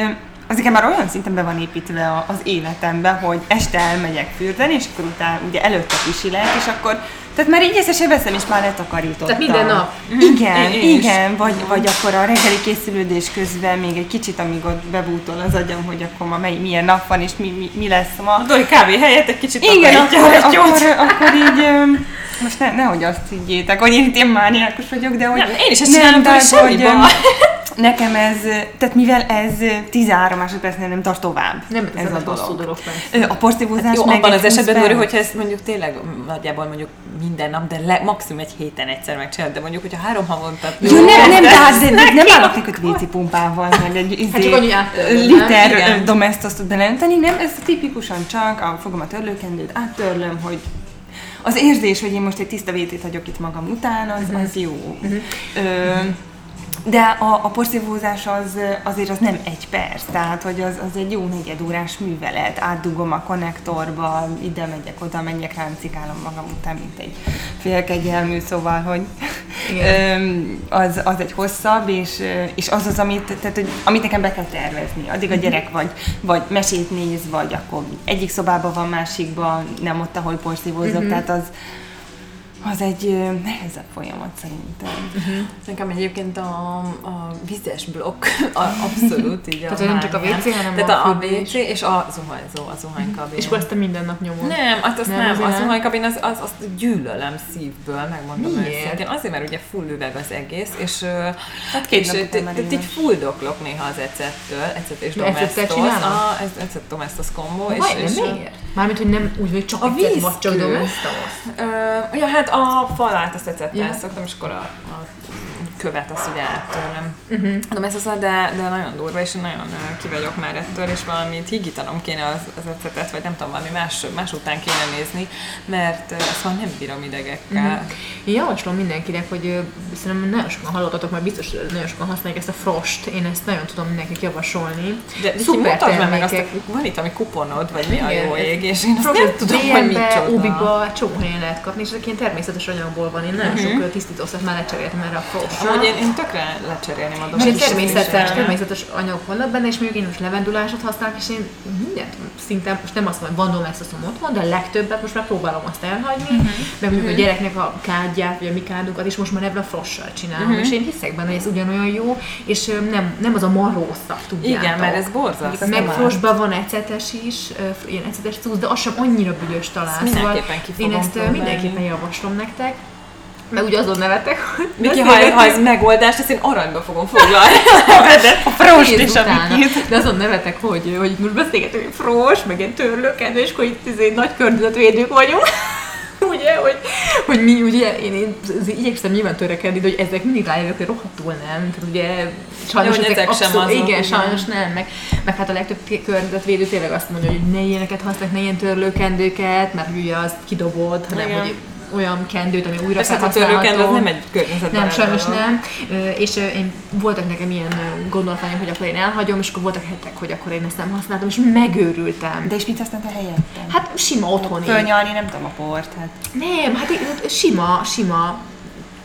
Speaker 3: az igen már olyan szinten be van építve a- az életembe, hogy este elmegyek fürdeni, és akkor utána ugye előtte pisilek, és akkor tehát már így észre se veszem, és már letakarítottam. Mhm.
Speaker 2: Tehát minden nap.
Speaker 3: Igen,
Speaker 1: Én is.
Speaker 3: igen, vagy, vagy akkor a reggeli készülődés közben még egy kicsit, amíg ott bebútol az agyam, hogy akkor ma mely, milyen nap van, és mi, mi, mi lesz ma.
Speaker 1: A Dori kávé helyett egy kicsit
Speaker 3: Igen,
Speaker 1: takarítja
Speaker 3: akkor,
Speaker 1: a tyút.
Speaker 3: akkor, akkor így, öm, most ne, nehogy azt higgyétek, hogy én itt ilyen mániákus vagyok, de hogy...
Speaker 1: Nem, én is ezt csinálom,
Speaker 3: de
Speaker 1: hogy semmi
Speaker 3: öm,
Speaker 1: baj.
Speaker 3: Nekem ez, tehát mivel ez 13 másodpercnél nem tart tovább.
Speaker 2: Nem, ez,
Speaker 3: a
Speaker 2: nem hosszú
Speaker 3: dolog.
Speaker 2: dolog persze.
Speaker 3: Ö, A porszívózás
Speaker 1: Hát Jó,
Speaker 3: meg
Speaker 1: abban
Speaker 3: egy
Speaker 1: az esetben,
Speaker 3: 20
Speaker 1: Dori,
Speaker 3: perc.
Speaker 1: hogyha ezt mondjuk tényleg nagyjából mondjuk minden nap, de le, maximum egy héten egyszer megcsinálod, de mondjuk, hogyha három havonta...
Speaker 3: Jó, nem, nem, de hát de nem állok neked WC pumpával, meg egy
Speaker 2: Hát
Speaker 3: izé,
Speaker 2: csak annyi áttörlöm,
Speaker 3: liter
Speaker 1: nem? Igen.
Speaker 3: ö, domestoszt tud belenteni, nem, ez tipikusan csak, a, fogom a törlőkendőt, áttörlöm, hogy az érzés, hogy én most egy tiszta vétét hagyok itt magam után, az,
Speaker 2: Mhm.
Speaker 3: az jó. Ö, de a, a porszívózás az ö, azért az nem egy perc, tehát hogy az, az egy jó negyedórás művelet. Átdugom a konnektorba, ide megyek, oda megyek, ráncikálom magam után, mint egy félkegyelmű, szóval, hogy (laughs) Öm, az, az egy hosszabb, és, ö, és az az, amit, tehát, hogy, amit nekem be kell tervezni. Addig a gyerek vagy, vagy mesét néz, vagy akkor egyik szobában van, másikban nem ott, ahol porszívózok, uh-huh. tehát az, az egy ö, nehezebb folyamat szerintem.
Speaker 1: Nekem egyébként a, a vizes blokk a, abszolút így
Speaker 2: Tehát, hogy nem csak a
Speaker 1: mániám.
Speaker 2: WC, hanem
Speaker 1: Tehát
Speaker 2: a
Speaker 1: a, a
Speaker 2: fürdés.
Speaker 1: WC és a zuhanyzó, a zuhanykabin.
Speaker 2: És akkor ezt te minden nap nyomod.
Speaker 1: Nem, azt, azt
Speaker 2: Nem,
Speaker 1: nem, nem.
Speaker 2: azért
Speaker 1: a
Speaker 2: nem.
Speaker 1: zuhanykabin az, az, azt gyűlölem szívből, megmondom
Speaker 2: Miért?
Speaker 1: őszintén. Azért, mert ugye full üveg az egész, és, hát
Speaker 3: két
Speaker 1: és
Speaker 3: nap után már
Speaker 1: tehát így
Speaker 3: éles.
Speaker 1: fulldoklok néha az ecettől, ecet és
Speaker 2: De ecettel
Speaker 1: domestos.
Speaker 2: csinálod?
Speaker 1: A, ez ecet domestos kombó.
Speaker 2: Vaj, de
Speaker 1: és, és,
Speaker 2: miért? Mármint, hogy nem úgy, hogy csak
Speaker 1: A
Speaker 2: egyszer vagy csak
Speaker 1: vízkő.
Speaker 2: domestos.
Speaker 1: Ö, ja, hát a falát azt tetszett,
Speaker 2: Ja.
Speaker 1: ja. szoktam, és akkor a, a követ azt ugye áttörlöm.
Speaker 2: Mhm.
Speaker 1: Uh-huh. De, ez az, de, de nagyon durva, és én nagyon ö, ki vagyok már ettől, és valamit higítanom kéne az, az ecetet, vagy nem tudom, valami más, más után kéne nézni, mert ö, ezt már nem bírom idegekkel. Uh-huh.
Speaker 2: Én javaslom mindenkinek, hogy ö, szerintem nagyon sokan hallottatok, már biztos hogy nagyon sokan használják ezt a frost. Én ezt nagyon tudom mindenkinek javasolni.
Speaker 1: De Viki,
Speaker 2: Szuper
Speaker 1: mutasd már meg azt, a,
Speaker 2: termékek.
Speaker 1: van itt ami kuponod, vagy mi a
Speaker 2: Igen,
Speaker 1: jó
Speaker 2: ez-
Speaker 1: ég, és én azt
Speaker 2: Frost
Speaker 1: nem tudom, hogy
Speaker 2: DM-be,
Speaker 1: micsoda.
Speaker 2: Obiba, csomó helyen lehet kapni, és ezek ilyen természetes anyagból van. Én nagyon sok ö, tisztítószert már lecseréltem erre a frostra.
Speaker 1: Mhm. amúgy én, én tökre lecserélném a
Speaker 2: Mert
Speaker 1: dolgot.
Speaker 2: természetes, természetes anyagok vannak benne, és mondjuk én most levendulásot használok, és én mindent szinte, most nem azt mondom, hogy bandom ezt otthon, de a legtöbbet most már próbálom azt elhagyni,
Speaker 1: Mhm.
Speaker 2: uh-huh. meg mondjuk a gyereknek a kádját, vagy a mi kádunkat, és most már ebből a frossal csinálom,
Speaker 1: Mhm.
Speaker 2: uh-huh. és én hiszek benne, hogy ez ugyanolyan jó, és ö, nem, nem az a marrószak, tudjátok.
Speaker 1: Igen, mert ez borzasztó.
Speaker 2: Mondjuk Meg frosban van ecetes is, ö, fr- ilyen ecetes cucc, de az sem annyira büdös talán. szóval
Speaker 1: Ezt mindenképpen ki
Speaker 2: én
Speaker 1: fogom
Speaker 2: ezt ö,
Speaker 1: próbálni.
Speaker 2: mindenképpen javaslom nektek. Meg ugye azon nevetek, hogy
Speaker 1: Miki, ha, ha ez megoldás, ezt én aranyba fogom
Speaker 2: (laughs)
Speaker 1: foglalni.
Speaker 3: A frost
Speaker 2: Tíz
Speaker 3: és a
Speaker 2: utána.
Speaker 3: mikit.
Speaker 2: De azon nevetek, hogy, hogy most beszélgetünk, hogy frós, meg egy törlőkedő, és akkor itt izé nagy környezetvédők vagyunk. (laughs) ugye, hogy, hogy mi, ugye, én, én z- igyekszem nyilván törekedni, de hogy ezek mindig rájövök, hogy rohadtul nem, tehát ugye, sajnos
Speaker 1: Jó, hogy
Speaker 2: ezek,
Speaker 1: ezek sem
Speaker 2: abszolút,
Speaker 1: azok,
Speaker 2: igen,
Speaker 1: igen.
Speaker 2: sajnos nem, meg, meg hát a legtöbb k- környezetvédő tényleg azt mondja, hogy ne ilyeneket használják, ne ilyen törlőkendőket, mert ugye azt kidobod, hanem
Speaker 1: Igen.
Speaker 2: hogy olyan kendőt, ami újra
Speaker 1: Persze, hát a
Speaker 2: felhasználható.
Speaker 1: törőkend az nem egy környezetben.
Speaker 2: Nem, sajnos nem. Ö, És ö, én voltak nekem ilyen ö, gondolataim, hogy akkor én elhagyom, és akkor voltak hetek, hogy akkor én ezt nem használtam, és megőrültem.
Speaker 3: De és mit használtál helyette?
Speaker 2: Hát sima otthoni.
Speaker 3: Fölnyalni, nem tudom, a port. Hát.
Speaker 2: Nem, hát í- sima, sima.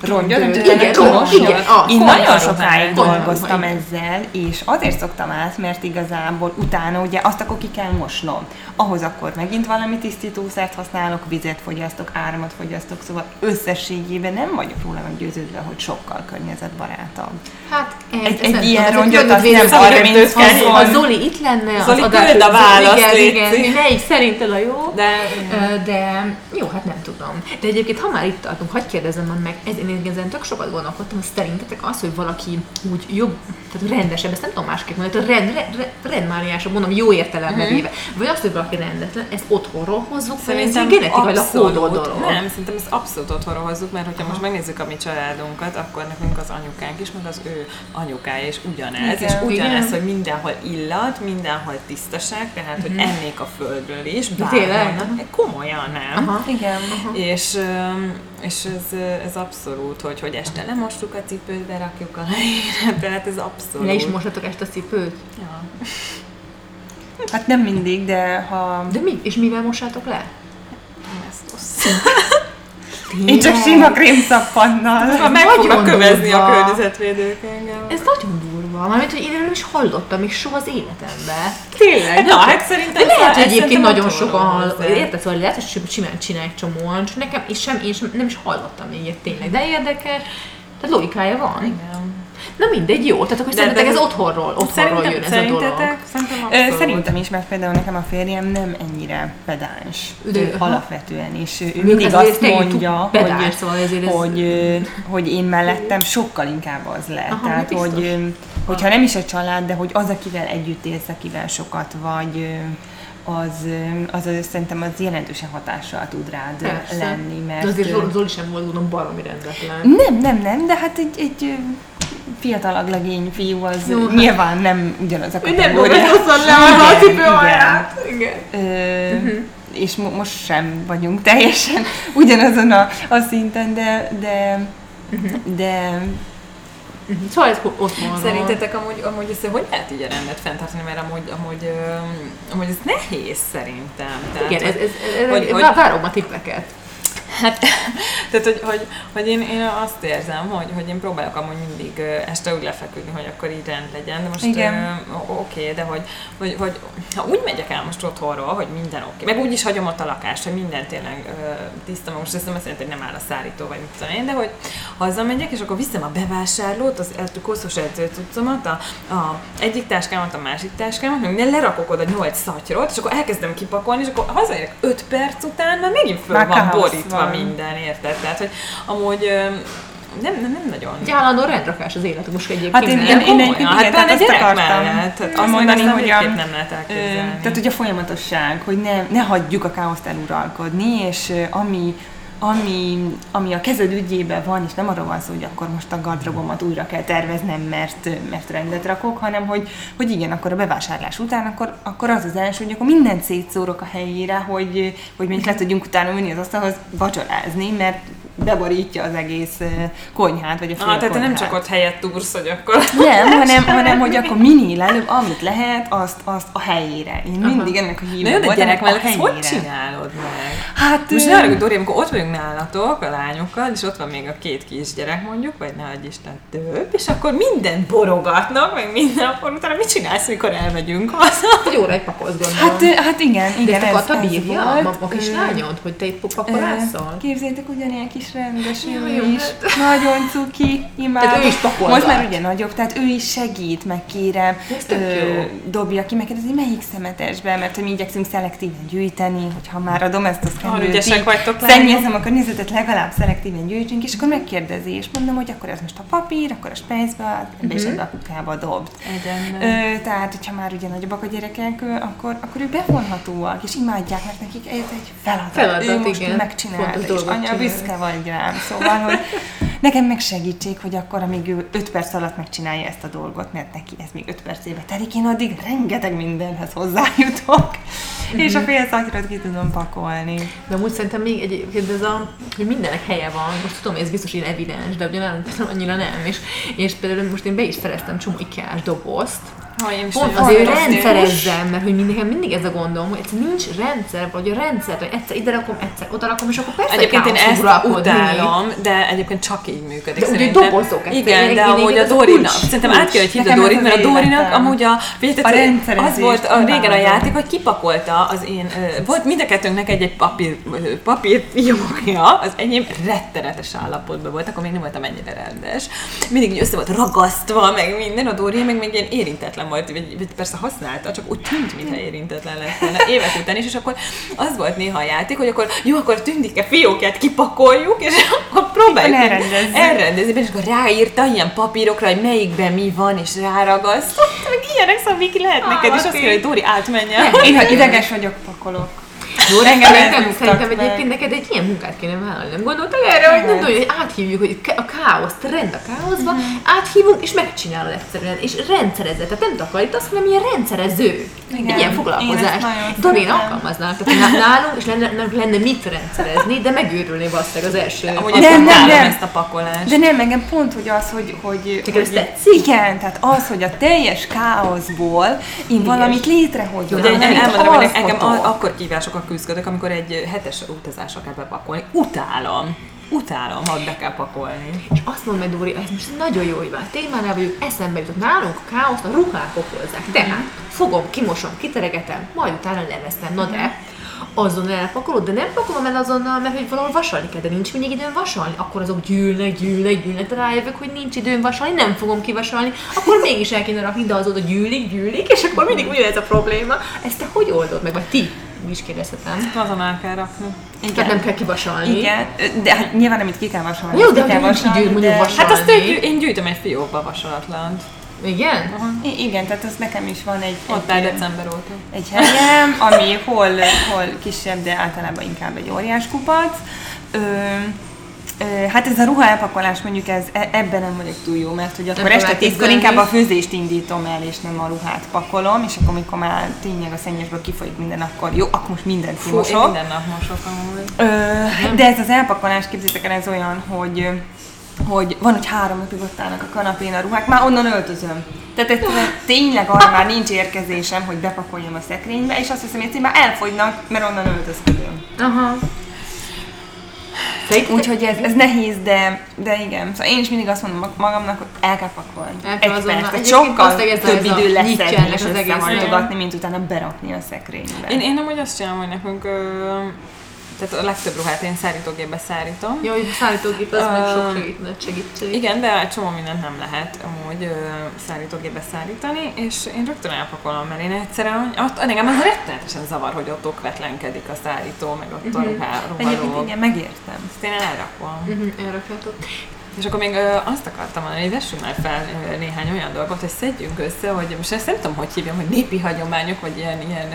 Speaker 3: Rongyol,
Speaker 2: Dö-
Speaker 3: ütőnek
Speaker 2: igen,
Speaker 3: tudom,
Speaker 2: rongyol, igen, az.
Speaker 3: Én
Speaker 1: Konyha
Speaker 3: nagyon sokáig
Speaker 1: ruhák,
Speaker 2: konyha
Speaker 3: dolgoztam
Speaker 2: ruhák.
Speaker 3: ezzel, és azért szoktam át, mert igazából utána ugye azt akkor ki kell mosnom. Ahhoz akkor megint valami tisztítószert használok, vizet fogyasztok, áramot fogyasztok, szóval összességében nem vagyok róla meggyőződve, hogy sokkal környezetbarátabb.
Speaker 2: Hát ez,
Speaker 3: Egy-
Speaker 2: ez
Speaker 3: egy
Speaker 2: nem
Speaker 3: ilyen
Speaker 2: tudom,
Speaker 3: rongyot
Speaker 2: tehát
Speaker 3: azt nem
Speaker 2: környezetvédelmi-
Speaker 3: 30
Speaker 2: Ha-
Speaker 3: kell
Speaker 2: Ha
Speaker 3: szólni.
Speaker 2: Zoli itt lenne,
Speaker 1: Zoli,
Speaker 2: adás
Speaker 1: küld a
Speaker 2: közben-
Speaker 1: választ,
Speaker 2: Igen,
Speaker 1: légy
Speaker 2: igen,
Speaker 1: szíves.
Speaker 2: melyik szerinted a jó?
Speaker 1: De
Speaker 2: Ö, De jó, hát nem tudom. De egyébként, ha már itt tartunk, hagyd kérdezem már meg, ez, én ezen tök sokat gondolkodtam, hogy szerintetek az, hogy valaki úgy jobb, tehát rendesebb, ezt nem tudom másképp mondani, tehát rend, rend, rend, rendmániásabb, mondom, jó értelemben
Speaker 1: Mhm.
Speaker 2: mm-hmm. véve, vagy azt, hogy valaki rendetlen, ezt otthonról hozzuk, vagy ez egy genetikailag hódol dolog.
Speaker 1: Nem, szerintem ezt abszolút otthonról hozzuk, mert hogyha most megnézzük a mi családunkat, akkor nekünk az anyukánk is, meg az ő anyukája is ugyanez,
Speaker 3: Igen.
Speaker 1: és ugyanez,
Speaker 2: Igen.
Speaker 1: hogy mindenhol illat, mindenhol tisztaság, tehát, hogy ennék a földről is,
Speaker 2: De tényleg?
Speaker 1: bárhonnan. Komolyan nem.
Speaker 2: Aha.
Speaker 3: Igen.
Speaker 1: És, öm, és ez, ez abszolút, hogy, hogy este lemostuk a cipőt, berakjuk a helyére, tehát ez abszolút.
Speaker 2: Le is mosatok ezt a cipőt?
Speaker 1: Ja.
Speaker 3: Hát nem mindig, de ha...
Speaker 2: De mi? És mivel mosátok le?
Speaker 1: nem ezt rossz.
Speaker 3: Én csak sima krémszappannal.
Speaker 1: Ha meg
Speaker 2: Nagyon
Speaker 1: fognak kövezni a
Speaker 2: durva.
Speaker 1: környezetvédők engem.
Speaker 2: Ez nagyon durva, mármint, hogy én erről is hallottam, és soha az életemben.
Speaker 3: Tényleg?
Speaker 1: Na, hát szerintem...
Speaker 2: De lehet, hogy
Speaker 1: ez
Speaker 2: egyébként
Speaker 1: szerintem
Speaker 2: nagyon
Speaker 1: otthonról
Speaker 2: sokan hall,
Speaker 1: hozzá.
Speaker 2: érted, szóval lehet, hogy sim- simán csinálják csomóan, csak nekem és sem, én sem, nem is hallottam még ilyet tényleg, de érdekes. Tehát logikája van.
Speaker 1: Igen.
Speaker 2: Na mindegy, jó. Tehát akkor
Speaker 1: De-
Speaker 2: szerintetek
Speaker 1: de-
Speaker 2: ez otthonról, otthonról
Speaker 1: Szerintem-
Speaker 2: jön ez a dolog.
Speaker 1: szerintetek? Szerintem
Speaker 3: Ö,
Speaker 1: abszolút.
Speaker 3: Szerintem is, mert például nekem a férjem nem ennyire pedáns.
Speaker 2: De-
Speaker 3: Ő
Speaker 2: aha.
Speaker 3: alapvetően is. Ő
Speaker 2: Ők
Speaker 3: mindig
Speaker 2: azért
Speaker 3: azt
Speaker 2: tényleg
Speaker 3: mondja,
Speaker 2: pedáns,
Speaker 3: hogy,
Speaker 2: szóval ezért ez-
Speaker 3: hogy, ö, hogy én mellettem sokkal inkább az lett.
Speaker 2: Aha,
Speaker 3: Tehát,
Speaker 2: biztos.
Speaker 3: hogy, ö, hogyha nem is a család, de hogy az, akivel együtt élsz, akivel sokat vagy, ö, az, ö, az ö, szerintem az jelentősen hatással tud rád ö,
Speaker 2: Persze.
Speaker 3: lenni. Mert
Speaker 2: De azért
Speaker 3: ö,
Speaker 2: Zoli- Zoli sem volt gondolom baromi rendetlen.
Speaker 3: nem, nem, nem, de hát egy, egy ö, fiatal aglegény fiú az
Speaker 2: Jó, hát-
Speaker 3: nyilván nem ugyanaz a
Speaker 2: Ő nem
Speaker 3: kategória.
Speaker 2: volt hozzon le arra a
Speaker 3: Igen,
Speaker 2: cipő
Speaker 3: igen.
Speaker 2: alját. Igen.
Speaker 3: Ö, és mo- most sem vagyunk teljesen (laughs) ugyanazon a, a szinten, de, de, de
Speaker 2: Mhm. Szóval ez otthonról.
Speaker 1: Szerintetek amúgy, amúgy ezt hogy lehet így a rendet fenntartani, mert amúgy, amúgy, öm, amúgy ez nehéz szerintem. Tehát,
Speaker 2: igen, ez, ez, ez,
Speaker 1: Hogy-
Speaker 2: ez
Speaker 1: hogy-
Speaker 2: vá- várom a tippeket.
Speaker 1: Hát, (laughs) tehát, hogy, hogy, hogy én, én azt érzem, hogy, hogy én próbálok amúgy mindig ö, este úgy lefeküdni, hogy akkor így rend legyen, de most
Speaker 3: Igen.
Speaker 1: ö, o- oké, okay, de hogy, hogy, hogy ha úgy megyek el most otthonról, hogy minden oké, okay, meg úgy is hagyom ott a lakást, hogy minden tényleg ö, tiszta, meg most ezt nem azt jelenti, hogy nem áll a szárító, vagy mit tudom én, de hogy hazamegyek, és akkor viszem a bevásárlót, az el- koszos edzőcuccomat, a, a egyik táskámat, a másik táskámat, meg minden lerakok oda nyolc szatyrot, és akkor elkezdem kipakolni, és akkor hazaérek öt perc után, már megint föl
Speaker 3: Már
Speaker 1: van
Speaker 3: káosz
Speaker 1: borítva
Speaker 3: van.
Speaker 1: minden, érted? Tehát, hogy amúgy öm, nem, nem, nem nagyon.
Speaker 2: Egy állandó rendrakás az életünk most egyébként.
Speaker 3: Hát én-
Speaker 2: nem?
Speaker 1: Nem, komolyan.
Speaker 3: egyébként
Speaker 1: hát
Speaker 3: igen,
Speaker 1: talán egy
Speaker 3: tehát azt
Speaker 1: gyerek
Speaker 3: akartam
Speaker 1: mellett. Hát azt
Speaker 3: mondani,
Speaker 1: mondani, hogy
Speaker 3: hogy a-
Speaker 1: végképp nem lehet
Speaker 3: Ö,
Speaker 1: elképzelni.
Speaker 3: Tehát ugye a folyamatosság, hogy ne, ne hagyjuk a káoszt eluralkodni, és ö, ami, ami, ami a kezed ügyében van, és nem arról van szó, hogy akkor most a gardrobomat újra kell terveznem, mert, ö, mert rendet rakok, hanem hogy, hogy igen, akkor a bevásárlás után, akkor, akkor az az első, hogy akkor mindent szétszórok a helyére, hogy, hogy mondjuk le tudjunk utána ülni az asztalhoz vacsorázni, mert beborítja az egész ö, konyhát, vagy a fél
Speaker 1: Ah, tehát te nem
Speaker 3: konyhát.
Speaker 1: csak ott helyet túrsz, hogy akkor...
Speaker 3: Nem, hanem, hanem hogy akkor minél előbb, amit lehet, azt, azt a helyére. Én mindig ennek a
Speaker 1: Na
Speaker 3: hívő
Speaker 1: jó, de
Speaker 3: voltam,
Speaker 1: gyerek
Speaker 3: a
Speaker 1: mellett ezt hogy
Speaker 3: helyére.
Speaker 1: csinálod meg?
Speaker 3: Hát,
Speaker 1: Most
Speaker 3: ö,
Speaker 1: ne arra, hogy Dori, amikor ott vagyunk nálatok a lányokkal, és ott van még a két kisgyerek mondjuk, vagy ne adj Isten több, és akkor mindent borogatnak, meg minden, akkor utána mit csinálsz, mikor elmegyünk haza?
Speaker 2: Egy óra egy pakosz gondolom.
Speaker 3: Hát, ö, hát igen,
Speaker 2: de
Speaker 3: igen,
Speaker 2: ezt akarta bírja a,
Speaker 3: volt.
Speaker 2: ma- a
Speaker 3: Ö,
Speaker 2: kislányod, hogy te itt
Speaker 3: ö,
Speaker 2: pakolászol?
Speaker 3: Képzétek, ugyanilyen kis rendes
Speaker 2: Jaj,
Speaker 3: ő
Speaker 2: jó, hát-
Speaker 3: is. Nagyon cuki, imádom.
Speaker 2: Tehát ő is pakolgat.
Speaker 3: Most már ugye nagyobb, tehát ő is segít, meg kérem,
Speaker 2: Ez tök jó.
Speaker 3: dobja ki, meg kérdezi, melyik szemetesbe, mert hogy mi igyekszünk szelektíven gyűjteni, hogyha már adom ezt a
Speaker 1: Ha
Speaker 3: szemlőt,
Speaker 1: ügyesek vagytok lányok.
Speaker 3: szennyezem, akkor nézzetek, legalább szelektíven gyűjtsünk, és akkor megkérdezi, és mondom, hogy akkor ez most a papír, akkor a spejzbe, ebbe
Speaker 2: Mhm.
Speaker 3: és ebbe a kukába dobd. Ö, tehát, hogyha már ugye nagyobbak a gyerekek, ö, akkor, akkor ők bevonhatóak, és imádják, mert nekik ez egy feladat.
Speaker 2: Feladat,
Speaker 3: ő most
Speaker 2: igen.
Speaker 3: megcsinálta,
Speaker 2: Fontos
Speaker 3: és
Speaker 2: dolgot
Speaker 3: anya
Speaker 2: csinál.
Speaker 3: büszke vagy rám. Szóval, hogy nekem meg segítség, hogy akkor, amíg ő 5 perc alatt megcsinálja ezt a dolgot, mert neki ez még 5 percébe telik, én addig rengeteg mindenhez hozzájutok.
Speaker 2: Mhm.
Speaker 3: És a fél szatyrot ki tudom
Speaker 2: (laughs)
Speaker 3: pakolni.
Speaker 2: De amúgy szerintem még egyébként ez a, hogy mindenek helye van, most tudom, hogy ez biztos ilyen evidens, de ugye nem, annyira nem, és, és például most én be is szereztem csomó ikás dobozt,
Speaker 1: Ha, én is
Speaker 2: Pont
Speaker 1: nagyon
Speaker 2: azért
Speaker 1: rossz
Speaker 2: rendszerezzem, mert hogy mindig, mindig ez a gondom, hogy egyszer nincs rendszer, vagy a rendszer, hogy egyszer ide rakom, egyszer oda rakom, és akkor persze
Speaker 1: Egyébként én
Speaker 2: káoszba
Speaker 1: ezt
Speaker 2: uralkodni.
Speaker 1: utálom, de egyébként csak így működik.
Speaker 2: De ugye
Speaker 1: szerintem.
Speaker 2: dobozok,
Speaker 1: Igen,
Speaker 2: ez
Speaker 1: de
Speaker 2: lényeg,
Speaker 1: amúgy
Speaker 2: lényeg,
Speaker 1: a
Speaker 2: ez a
Speaker 1: Dórinak.
Speaker 2: kulcs,
Speaker 1: Szerintem
Speaker 2: kulcs.
Speaker 1: át kell, hogy hívd a
Speaker 3: Nekem ez
Speaker 1: Dórit,
Speaker 3: az
Speaker 1: mert a Dórinak
Speaker 3: életem.
Speaker 1: amúgy a, figyeljetek,
Speaker 3: A
Speaker 1: az-
Speaker 3: rendszerezés,
Speaker 1: az volt a, régen a
Speaker 3: imádom.
Speaker 1: játék, hogy kipakolta az én, ö, volt mind a kettőnknek egy-egy papír, ö, papír jója, az enyém rettenetes állapotban volt, akkor még nem voltam ennyire rendes. Mindig így össze volt ragasztva, meg minden, a Dóri meg még ilyen érintetlen volt, vagy, vagy persze használta, csak úgy tűnt, mintha érintetlen lett volna évek után is, és akkor az volt néha a játék, hogy akkor jó, akkor tündike fiókját kipakoljuk, és akkor próbáljuk
Speaker 3: Akkor
Speaker 1: így
Speaker 3: elrendezzük.
Speaker 1: elrendezni, és akkor ráírta ilyen papírokra, hogy melyikben mi van, és ráragasztott, meg ilyenek, szóval Viki lehet
Speaker 2: Á,
Speaker 1: neked is azt
Speaker 2: Laci.
Speaker 1: kell, hogy Dóri átmenjen.
Speaker 2: Nem.
Speaker 3: Én, ha ideges vagyok, pakolok.
Speaker 2: Jó,
Speaker 3: Engem
Speaker 2: szerintem,
Speaker 3: elrúgtak
Speaker 2: szerintem
Speaker 3: meg.
Speaker 2: egyébként neked egy ilyen munkát kéne vállalni. Nem gondoltál erre, hogy nem tudod, hogy áthívjuk, hogy ke- a káoszt, rend a káoszba,
Speaker 3: Mhm.
Speaker 2: áthívunk, és megcsinálod egyszerűen, és rendszerezed. Tehát nem takarítasz, hanem ilyen rendszerező.
Speaker 3: Igen,
Speaker 2: Egy ilyen
Speaker 3: én ezt
Speaker 2: foglalkozás.
Speaker 3: nagyon
Speaker 2: Dorén
Speaker 3: szeretem.
Speaker 2: alkalmaznánk, tehát nál- nálunk, és lenne, nem lenne mit rendszerezni, de megőrülné valószínűleg az első.
Speaker 1: Amúgy
Speaker 3: Nem,
Speaker 1: nem, nem,
Speaker 3: nem, nem.
Speaker 1: ezt a pakolást.
Speaker 3: De nem, engem pont, hogy az, hogy... hogy,
Speaker 2: Csak
Speaker 3: hogy
Speaker 2: ez tetszik?
Speaker 3: Igen, tehát az, hogy a teljes káoszból én valamit létrehozom.
Speaker 1: Ugye
Speaker 3: amit
Speaker 1: én elmondom, hogy engem
Speaker 3: alkotok.
Speaker 1: a- akkor kívásokkal küzdök, amikor egy hetes utazásra kell bepakolni. Utálom. Utálom, ha be kell pakolni.
Speaker 2: És azt mondom, meg, Dóri, ez most nagyon jó, hogy már témánál vagyunk, eszembe jutott nálunk a káoszt, a ruhák okozzák. Tehát fogom, kimosom, kiteregetem, majd utána leveszem. Na de, azon elpakolod, de nem pakolom el azonnal, mert hogy valahol vasalni kell, de nincs mindig időm vasalni. Akkor azok gyűlnek, gyűlnek, gyűlnek, de rájövök, hogy nincs időm vasalni, nem fogom kivasalni, akkor mégis el kéne rakni, de azóta gyűlik, gyűlik, és akkor mindig ugyanez a probléma. Ezt te hogy oldod meg, vagy ti? is kérdezhetem.
Speaker 1: Azon el kell rakni.
Speaker 2: Tehát nem kell kivasalni.
Speaker 3: Igen, de hát nyilván, amit ki kell vasalni.
Speaker 2: Jó,
Speaker 3: azt
Speaker 2: de
Speaker 3: ki kell
Speaker 2: nincs
Speaker 3: vasalni,
Speaker 2: idő, mondjuk vasal-
Speaker 1: Hát azt
Speaker 2: Valami.
Speaker 1: tök, én gyűjtöm egy fiókba vasalatlant.
Speaker 2: Igen?
Speaker 3: hát I- Igen, tehát az nekem is van egy,
Speaker 1: Ott áll
Speaker 3: egy,
Speaker 1: december óta.
Speaker 3: egy helyem, ami hol, hol kisebb, de általában inkább egy óriás kupac. Ö, ö, Hát ez a ruha elpakolás mondjuk ez, e- ebben nem vagyok túl jó, mert hogy akkor
Speaker 2: kell
Speaker 3: este
Speaker 2: rá
Speaker 3: tízkor
Speaker 2: tippelni.
Speaker 3: inkább a főzést indítom el, és nem a ruhát pakolom, és akkor mikor már tényleg a szennyesből kifolyik minden, akkor jó, akkor most mindent
Speaker 1: Fú, én
Speaker 3: kimosok.
Speaker 1: minden nap mosok amúgy.
Speaker 3: Ö, de ez az elpakolás, képzétek el, ez olyan, hogy hogy van, hogy három napig ott állnak a kanapén a ruhák, már onnan öltözöm. Tehát egyszerűen tényleg arra már nincs érkezésem, hogy bepakoljam a szekrénybe, és azt hiszem, hogy már elfogynak, mert onnan öltözködöm.
Speaker 2: Aha. Szerinted
Speaker 3: Úgyhogy ez, ez nehéz, de, de igen. Szóval én is mindig azt mondom magamnak, hogy el kell pakolni.
Speaker 2: El kell
Speaker 3: Egy
Speaker 2: azonnal.
Speaker 3: perc, egy
Speaker 2: Egyébként
Speaker 3: sokkal
Speaker 2: tényleg ez a-
Speaker 3: több
Speaker 2: ez a
Speaker 3: idő lesz
Speaker 2: nyitja
Speaker 3: és
Speaker 2: ennek az
Speaker 3: összehajtogatni,
Speaker 2: egésznek.
Speaker 3: mint utána berakni a szekrénybe.
Speaker 1: Én, én amúgy azt csinálom, hogy nekünk, ö, tehát a legtöbb ruhát én szárítógépbe szárítom.
Speaker 2: Jó, hogy szállítógép, az meg
Speaker 1: Öm,
Speaker 2: sok segít, nagy segítség.
Speaker 1: Igen, de egy csomó mindent nem lehet amúgy ö, szállítógépbe szállítani, és én rögtön elpakolom, mert én egyszerűen, ott, engem az rettenetesen zavar, hogy ott okvetlenkedik a szállító, meg ott a ruhá,
Speaker 3: Egyébként
Speaker 1: ruhaló.
Speaker 3: igen, megértem.
Speaker 1: Ezt én elrakom.
Speaker 2: Mhm, elrakjátok.
Speaker 1: És akkor még ö, azt akartam mondani, hogy vessünk már fel ö, néhány olyan dolgot, hogy szedjünk össze, hogy most ezt nem tudom, hogy hívjam, hogy népi hagyományok, vagy ilyen, ilyen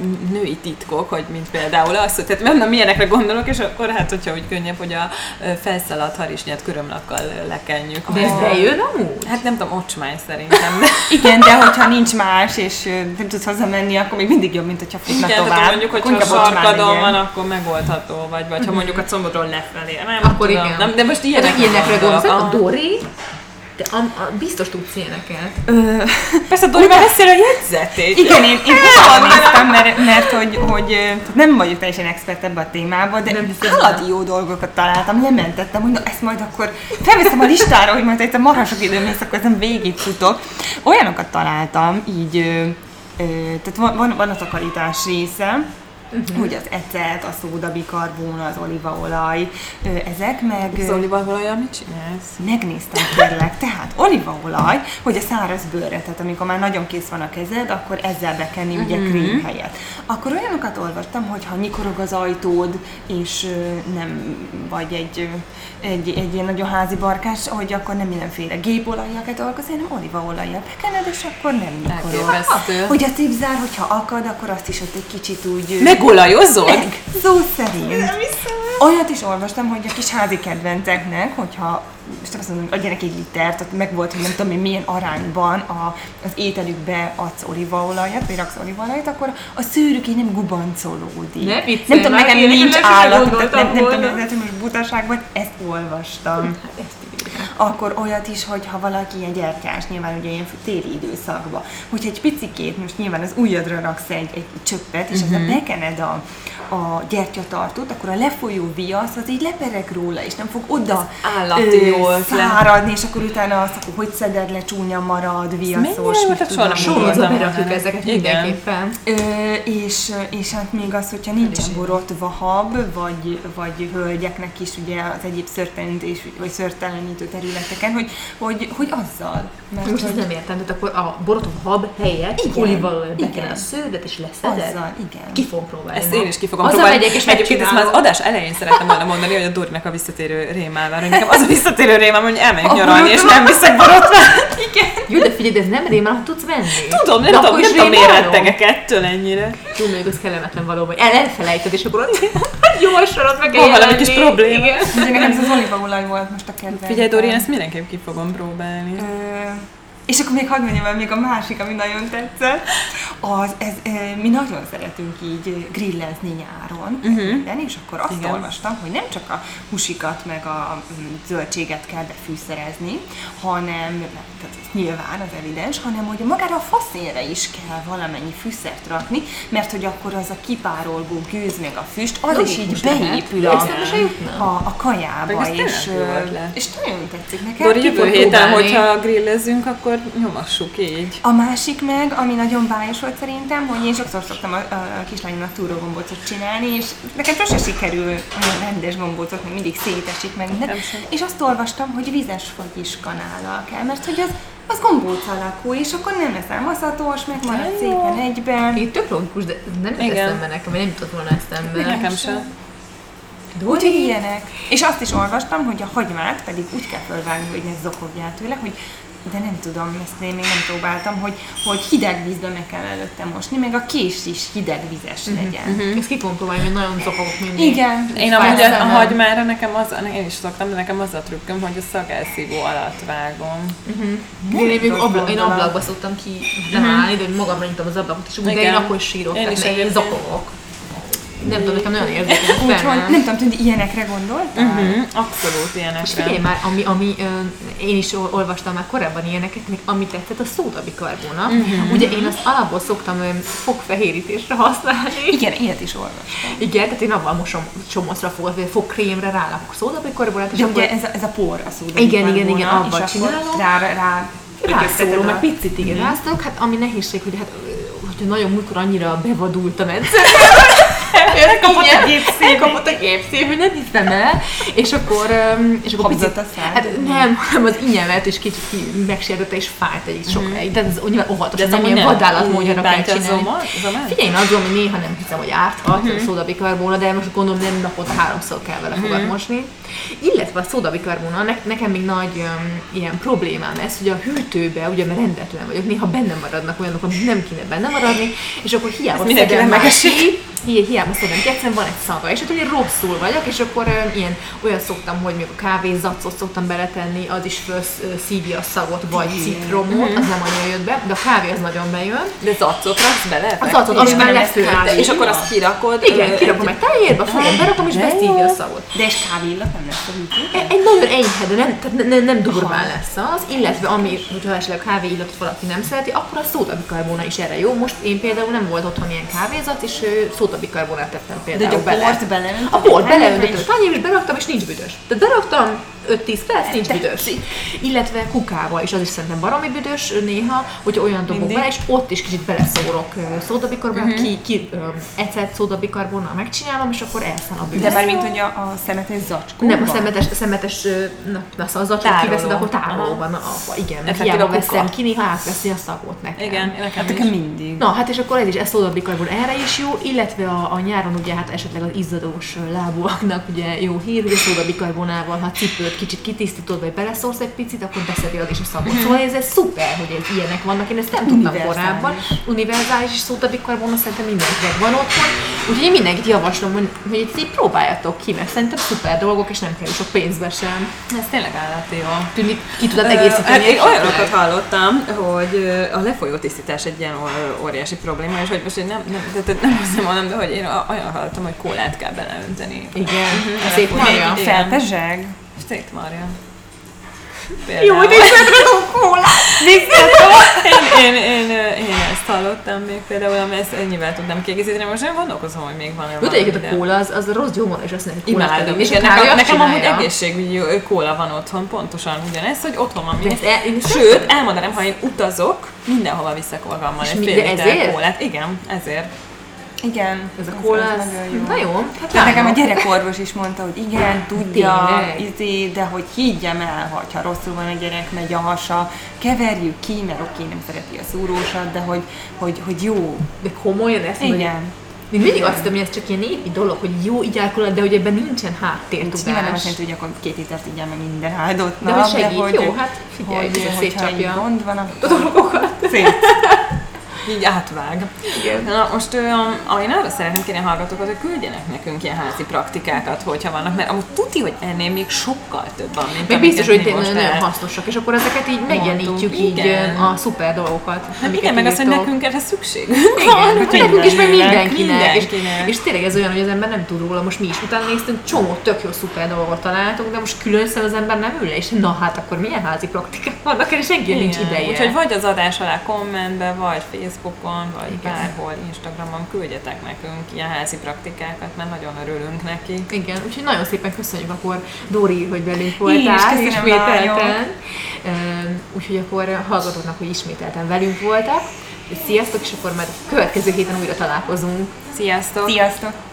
Speaker 1: ö, női titkok, hogy mint például az, hogy tehát nem, nem ilyenekre gondolok, és akkor hát, hogyha úgy könnyebb, hogy a ö, felszaladt harisnyát körömlakkal ö, lekenjük.
Speaker 2: De ez bejön amúgy?
Speaker 1: Hát nem tudom, ocsmány szerintem. De, (laughs)
Speaker 3: Igen, de hogyha nincs más, és ö, nem tudsz hazamenni, akkor még mindig jobb, mint hogyha futna
Speaker 1: igen,
Speaker 3: tovább.
Speaker 1: tehát mondjuk, hogy ha
Speaker 3: Akkor inkább ott már
Speaker 1: sarkadon
Speaker 3: legyen.
Speaker 1: van, akkor megoldható vagy, vagy ha mondjuk a combodról lefelé. Nem
Speaker 2: Akkor
Speaker 1: tudom,
Speaker 2: igen.
Speaker 1: Nem, de most ilyenek
Speaker 2: Ilyenek, ilyenekre gondolsz, Hát, a
Speaker 1: Aha.
Speaker 2: Dori, te a, a, biztos tudsz ilyeneket.
Speaker 1: Persze, Dori már beszél a jegyzetét.
Speaker 3: Igen, én, én utána néztem, mert, mert hogy, hogy ö, tehát nem vagyok teljesen expert ebbe a témába, de
Speaker 2: Nem
Speaker 3: nem
Speaker 2: hiszem.
Speaker 3: halad jó dolgokat találtam, lementettem, hogy na ezt majd akkor felveszem a listára, hogy majd itt a marhasok időm lesz, akkor ezen végigfutok. Olyanokat találtam, így, ö, ö, tehát van, van, van a takarítás része,
Speaker 2: Mhm.
Speaker 3: Uh-huh. Ugye az ecet, a szódabikarbón, az olívaolaj, ö, ezek meg... ö,
Speaker 1: Zolival valójában mit csinálsz?
Speaker 3: Megnéztem kérlek, tehát olívaolaj, hogy a száraz bőrre, tehát amikor már nagyon kész van a kezed, akkor ezzel bekenni ugye krém helyett. Akkor olyanokat olvastam, hogy ha nyikorog az ajtód, és ö, nem vagy egy, ö, egy, egy ilyen nagyon házi barkás, hogy akkor nem mindenféle gépolajjal kell dolgozni, hanem olívaolajjal bekened, és akkor nem nyikorog.
Speaker 1: Elképesztő.
Speaker 3: Hogy a cipzár, hogyha akad, akkor azt is ott egy kicsit úgy... ö,
Speaker 1: Megolajozod?
Speaker 3: meg, szó szerint. Olyat is olvastam, hogy a kis házi kedvenceknek, hogyha most nem azt mondom, hogy adjanak egy litert, ott meg volt, hogy nem tudom én milyen arányban a, az ételükbe adsz olívaolajat, vagy raksz olívaolajat, akkor a szőrük így nem gubancolódik.
Speaker 2: Ne viccelj
Speaker 3: nem tudom,
Speaker 2: már,
Speaker 3: nekem
Speaker 2: én
Speaker 3: nincs
Speaker 2: erre sose
Speaker 3: állat, tehát
Speaker 2: gondoltam
Speaker 3: nem, nem tudom,
Speaker 2: volna.
Speaker 3: lehet, hogy most butaság volt, ezt olvastam. Akkor olyat is, hogy ha valaki ilyen gyertyás, nyilván ugye ilyen téli időszakban, hogyha egy picikét, most nyilván az ujjadra raksz egy, egy csöppet, és
Speaker 1: Mhm.
Speaker 3: uh-huh. bekened a, a gyertyatartót, akkor a lefolyó viasz az így lepereg róla, és nem fog oda
Speaker 1: állati jó ötlet.
Speaker 3: száradni, és akkor utána azt akkor hogy szeded le, csúnya marad, viaszos,
Speaker 1: mennyire jó,
Speaker 3: mit
Speaker 1: tehát
Speaker 3: tudom
Speaker 1: soha nem
Speaker 3: én.
Speaker 1: volt.
Speaker 2: Sorozza,
Speaker 1: nem
Speaker 2: berakjuk
Speaker 1: mondanám.
Speaker 2: ezeket
Speaker 1: Igen.
Speaker 2: mindenképpen.
Speaker 3: Ö, és, és hát még az, hogyha nincsen borotva hab, vagy, vagy hölgyeknek is ugye az egyéb szörtelenítés, vagy szörtelenítő területeken, hogy, hogy, hogy azzal. Mert
Speaker 2: Most ezt
Speaker 3: hogy
Speaker 2: nem értem, tehát akkor a borotó hab helyett
Speaker 3: Igen.
Speaker 2: olivalóval bekened
Speaker 3: Igen.
Speaker 2: a sződet és leszeded?
Speaker 3: azzal, igen.
Speaker 2: Ki fogom próbálni
Speaker 1: Ezt
Speaker 2: ma.
Speaker 1: én is ki fogom
Speaker 2: Azzal
Speaker 1: próbálni.
Speaker 2: megyek és
Speaker 1: Egyébként ezt már az
Speaker 2: megcsinálom.
Speaker 1: adás elején szerettem volna mondani, hogy a Dorinak a visszatérő rémával, hogy nekem az a visszatérő rémám, hogy elmegyek nyaralni, és nem viszek borotvát.
Speaker 2: Jó, de figyelj, de ez nem rémál, ha tudsz venni.
Speaker 1: Tudom,
Speaker 2: De
Speaker 1: nem tudom,
Speaker 2: akkor is
Speaker 1: nem tudom, miért
Speaker 2: rémálom.
Speaker 1: rettegek ettől ennyire.
Speaker 2: Jó, még ez kellemetlen valóban. El, elfelejted, és akkor ott (laughs) jó a sorod, meg kell
Speaker 1: Van valami
Speaker 2: jelenni.
Speaker 1: kis probléma.
Speaker 2: Igen.
Speaker 3: Ugye nekem ez az olívaolaj volt most a kedvencem.
Speaker 1: Figyelj, Dori, én ezt mindenképp ki fogom próbálni.
Speaker 3: Ö, és akkor még hadd mondjam el még a másik, ami nagyon tetszett, az, ez, ö, mi nagyon szeretünk így ö, grillezni nyáron, uh-huh. minden, és akkor azt
Speaker 1: Mhm. Igen.
Speaker 3: Igen. olvastam, hogy nem csak a húsikat meg a mm, zöldséget kell befűszerezni, hanem, tehát ez nyilván az evidens, hanem hogy magára a faszénre is kell valamennyi fűszert rakni, mert hogy akkor az a kipárolgó gőz meg a füst, az is így
Speaker 2: Logikus lehet.
Speaker 3: beépül a,
Speaker 2: Eszembe se jutna.
Speaker 3: a, a
Speaker 1: Meg ez
Speaker 3: kajába,
Speaker 1: tényleg
Speaker 3: és,
Speaker 1: jó
Speaker 3: ö,
Speaker 1: ötlet.
Speaker 3: és nagyon tetszik nekem.
Speaker 1: Dori,
Speaker 2: ki
Speaker 1: jövő
Speaker 2: fog
Speaker 1: héten,
Speaker 2: próbálni.
Speaker 1: hogyha grillezünk, akkor nyomassuk így.
Speaker 3: A másik meg, ami nagyon bájos volt szerintem, hogy én sokszor szoktam a, a kislányomnak túrógombócot csinálni, és nekem sose sikerül olyan rendes gombócot, mert mindig szétesik meg minden.
Speaker 1: Nekem sem.
Speaker 3: És azt olvastam, hogy vizes fagyis kanállal kell, mert hogy az, az gombóc alakú, és akkor nem leszel maszatos, meg marad szépen egyben.
Speaker 2: Így tök logikus, de ez nem jut
Speaker 1: Igen.
Speaker 2: eszembe nekem, vagy nem jutott volna eszembe.
Speaker 1: Nekem sem.
Speaker 3: Úgyhogy ilyenek. És azt is olvastam, hogy a hagymát pedig úgy kell fölvágni, hogy ne zokogjál tőle, hogy de nem tudom, ezt én még nem próbáltam, hogy, hogy hideg vízbe meg kell előtte mosni, meg a kés is hidegvizes
Speaker 2: Mhm,
Speaker 3: legyen.
Speaker 2: Ezt ki fogom próbálni, hogy nagyon zokogok mindig.
Speaker 3: Igen.
Speaker 1: Én amúgy a, a
Speaker 2: Persze, nem.
Speaker 1: hagymára nekem az, én is szoktam, de nekem az a trükköm, hogy a szagelszívó alatt vágom.
Speaker 2: Én, én, még
Speaker 3: tudom,
Speaker 2: abla, én
Speaker 3: gondolom.
Speaker 2: ablakba szoktam ki nem állni, de hogy magamra nyitom az ablakot, és úgy, de én
Speaker 1: Igen.
Speaker 2: akkor sírok,
Speaker 1: Én
Speaker 2: én,
Speaker 1: is
Speaker 2: tehát én
Speaker 1: egyébként.
Speaker 2: zokogok. Nem tudom, nekem nagyon érzékeny a
Speaker 3: Úgyhogy
Speaker 2: fejem.
Speaker 3: nem tudom, tűnt ilyenekre gondoltál?
Speaker 1: Mhm, Abszolút
Speaker 2: És
Speaker 1: ilyenekre.
Speaker 2: figyelj már, ami, ami ö, én is ol- olvastam már korábban ilyeneket, még ami tetszett, a szódabikarbona. Uh-huh. Ugye én azt alapból szoktam ö, fogfehérítésre használni.
Speaker 3: Igen, ilyet is olvastam.
Speaker 2: Igen, tehát én avval mosom csomószra fogod, vagy fogkrémre rálakok szódabikarbonát, és
Speaker 3: De
Speaker 2: akkor
Speaker 3: ugye ez a, ez a por a szóda.
Speaker 2: Igen, igen, igen, abban
Speaker 3: és akkor
Speaker 2: csinálom.
Speaker 3: rá, rá,
Speaker 2: rászólom,
Speaker 3: öközteted
Speaker 2: meg
Speaker 3: a- Mhm.
Speaker 2: picit igen rászólok, hát ami nehézség, hogy hát ö, hogy nagyon múltkor annyira bevadultam egyszer, elkapott
Speaker 3: a gépszív.
Speaker 2: Elkapott a gépszív, hogy nem hiszem el, és akkor... öm, És akkor
Speaker 3: Habzott a szád.
Speaker 2: Hát nem, hanem az inyemet is kicsit ki- megsértette és fájt egy sokáig, de ez nyilván óvatos,
Speaker 1: Mhm. De ez
Speaker 2: nem
Speaker 1: amúgy
Speaker 2: ilyen
Speaker 1: nem-
Speaker 2: vadállat módjára kell
Speaker 1: bántja a
Speaker 2: csinálni.
Speaker 1: zomat- zomát?
Speaker 2: Figyelj, én azt gondolom, hogy néha nem hiszem, hogy árthat uh-huh. a szódabikarbóna, de most gondolom nem naponta háromszor kell vele fogat mosni. Illetve a szódabikarbóna, ne, nekem még nagy um, ilyen problémám ez, hogy a hűtőbe, ugye mert rendetlen vagyok, néha benne maradnak olyanok, amik nem kéne benne maradni, és akkor hiába
Speaker 1: mindenkinek
Speaker 2: szedem már
Speaker 1: megesik.
Speaker 2: ki, hi- hiába szedem ki, egyszerűen van egy szaga, és hát ugye rosszul vagyok, és akkor um, ilyen olyan szoktam, hogy még a kávé zacot szoktam beletenni, az is felszívja a szagot, vagy citromot, az nem annyira jött be, de a kávé az nagyon bejön.
Speaker 1: De zacot raksz bele?
Speaker 2: A zacot,
Speaker 1: Igen.
Speaker 2: azt már
Speaker 1: Igen.
Speaker 2: lefőállítod.
Speaker 1: És akkor azt kirakod.
Speaker 2: Igen,
Speaker 1: ö,
Speaker 2: kirakom egy tányérba, fogom, berakom és
Speaker 3: de
Speaker 2: beszívja
Speaker 3: jó.
Speaker 2: a szagot.
Speaker 3: De és kávéillat nem lesz a hűtő?
Speaker 2: E- Egy nagyon enyhe, de nem, tehát ne, ne, nem durván lesz az, illetve ami, hogyha esetleg kávéillatot valaki nem szereti, akkor a szódabikarbóna is erre jó. Most én például nem volt otthon ilyen kávézat, és ö, szódabikarbonát tettem például
Speaker 3: hogy a
Speaker 2: bele.
Speaker 3: bort beleöntötted?
Speaker 2: A bort
Speaker 3: Hát,
Speaker 2: beleöntöttem
Speaker 3: és-
Speaker 2: a tányérba, és beraktam, és nincs büdös. Tehát beraktam 5-10 perc, nincs büdös. Illetve kukába, és az is szerintem baromi büdös ö, néha, hogy olyan dobok
Speaker 3: Mindig.
Speaker 2: bele, és ott is kicsit beleszórok ö, szódabikarbonát,
Speaker 1: Mhm.
Speaker 2: ki, ki ö, ecet szódabikarbonnal megcsinálom, és akkor elszáll a büdös.
Speaker 3: De már mint hogy a, a szemetes zacskóban?
Speaker 2: Nem, a szemetes, a szemetes, ö, na, na szóval az atyát
Speaker 1: Tároló.
Speaker 2: kiveszed, akkor
Speaker 1: Aha.
Speaker 2: tároló van abba, igen. Mert
Speaker 1: Effektív
Speaker 2: hiába
Speaker 1: a kuka.
Speaker 2: veszem ki, néha átveszi a szagot nekem.
Speaker 1: Igen, nekem
Speaker 3: Hát
Speaker 1: is.
Speaker 3: akkor mindig.
Speaker 2: Na, hát és akkor ez is ezt szódabikarbon erre is jó, illetve a, a, nyáron ugye hát esetleg az izzadós ö, lábúaknak ugye jó hír, hogy a szódabikarbonával, ha cipőt kicsit kitisztítod, vagy beleszórsz egy picit, akkor beszedi az is a szagot.
Speaker 1: Mhm.
Speaker 2: Szóval ez, ez szuper, hogy ez, ilyenek vannak, én ezt nem tudtam
Speaker 3: Univerzális.
Speaker 2: korábban. Univerzális szódabikarbon, azt szerintem mindenkinek van otthon. Úgyhogy én mindenkit javaslom, hogy, hogy ezt így próbáljátok ki, mert szerintem szuper dolgok, és nem kerül sok pénzbe sem.
Speaker 1: Ez tényleg állati jó.
Speaker 2: Tűnik, ki tudod
Speaker 1: Hát
Speaker 2: egészíteni.
Speaker 1: én
Speaker 2: egy
Speaker 1: olyanokat hallottam, hogy ö, a lefolyó tisztítás egy ilyen ó- óriási probléma, és hogy most én nem, nem, de- de- nem azt mondom, de hogy én a- olyan hallottam, hogy kólát kell beleönteni.
Speaker 2: Igen,
Speaker 1: Mhm.
Speaker 2: szép
Speaker 1: Elefónia.
Speaker 2: marja.
Speaker 1: Igen.
Speaker 3: Felpezseg?
Speaker 1: Szét marja.
Speaker 2: Jó,
Speaker 1: Például.
Speaker 2: hogy visszatrakom kólát!
Speaker 1: én, én, én, ö, én, ezt hallottam még például, ami ezt ennyivel tudnám kiegészíteni, most nem gondolkozom, hogy még van-e
Speaker 2: Tudod,
Speaker 1: valami,
Speaker 2: egyébként
Speaker 1: de-
Speaker 2: a kóla az, az a rossz gyomor, és azt mondja, hogy kólát
Speaker 1: Imádom,
Speaker 2: pedig, és
Speaker 1: és
Speaker 2: a
Speaker 1: nekem,
Speaker 2: kávé
Speaker 1: nekem amúgy egészségügyi ö, kóla van otthon, pontosan ugyanez, hogy otthon van
Speaker 2: De ezt el- én
Speaker 1: minden.
Speaker 2: ezt
Speaker 1: Sőt, elmondanám, ha én utazok, mindenhova viszek magammal
Speaker 2: És
Speaker 1: egy
Speaker 2: mi-
Speaker 1: fél
Speaker 2: de
Speaker 1: liter
Speaker 2: ezért?
Speaker 1: kólát. Igen, ezért.
Speaker 3: Igen.
Speaker 2: Ez a kóla, az,
Speaker 3: nagyon jó.
Speaker 2: na jó, hát
Speaker 3: De nekem a
Speaker 2: lányok.
Speaker 3: gyerekorvos is mondta, hogy igen, tudja,
Speaker 2: Tényleg?
Speaker 3: izé, de hogy higgyem el, hogyha rosszul van a gyerek, megy a hasa, keverjük ki, mert oké, nem szereti a szúrósat, de hogy, hogy, hogy jó.
Speaker 2: De komolyan ezt mondja.
Speaker 3: Igen.
Speaker 2: Még mindig azt hiszem, hogy ez csak ilyen népi dolog, hogy jó igyálkolat, de hogy ebben nincsen
Speaker 3: És nyilván nem azt
Speaker 2: háttértudás.
Speaker 3: jelenti, hogy akkor két litert így meg minden áldott
Speaker 2: De
Speaker 3: nap,
Speaker 2: hogy segít, jó, hát figyelj,
Speaker 3: hogy,
Speaker 2: hogy,
Speaker 3: hogyha
Speaker 2: szétcsapja
Speaker 3: így
Speaker 2: a
Speaker 3: gond van, akkor
Speaker 2: dolgokat.
Speaker 3: szét.
Speaker 1: Így átvág.
Speaker 2: Igen.
Speaker 1: Na most ö, a- én arra szeretném kérni a hallgatókat, hogy küldjenek nekünk ilyen házi praktikákat, hogyha vannak, mert amúgy tuti, hogy ennél még sokkal több van, mint
Speaker 2: Még biztos,
Speaker 1: amiket
Speaker 2: hogy
Speaker 1: mi most
Speaker 2: tényleg nagyon
Speaker 1: el-
Speaker 2: hasznosak, és akkor ezeket így megjelenítjük így
Speaker 1: Igen.
Speaker 2: ö, a szuper dolgokat.
Speaker 1: Hát
Speaker 2: amiket
Speaker 1: igen, meg az, hogy
Speaker 2: írtok.
Speaker 1: nekünk erre szükségünk
Speaker 2: Igen,
Speaker 1: van.
Speaker 2: hát nekünk is, meg
Speaker 1: mindenkinek,
Speaker 2: mindenkinek.
Speaker 1: mindenkinek.
Speaker 2: És, és tényleg ez olyan, hogy az ember nem tud róla, most mi is utána néztünk, csomó tök jó szuper dolgot találtunk, de most külön szem az ember nem ül le, és na hát akkor milyen házi praktikák vannak, erre senki nincs
Speaker 1: Igen,
Speaker 2: ideje.
Speaker 1: Úgyhogy vagy az adás alá kommentbe, vagy Facebookon, vagy
Speaker 2: Igen.
Speaker 1: bárhol, Instagramon küldjetek nekünk ilyen házi praktikákat, mert nagyon örülünk neki.
Speaker 2: Igen, úgyhogy nagyon szépen köszönjük akkor Dori, hogy velünk voltál
Speaker 3: is köszönöm,
Speaker 2: ismételten.
Speaker 3: lányok.
Speaker 2: Üm, Úgyhogy akkor hallgatóknak, hogy ismételten velünk voltak. Sziasztok, és akkor már következő héten újra találkozunk.
Speaker 1: Sziasztok!
Speaker 3: Sziasztok!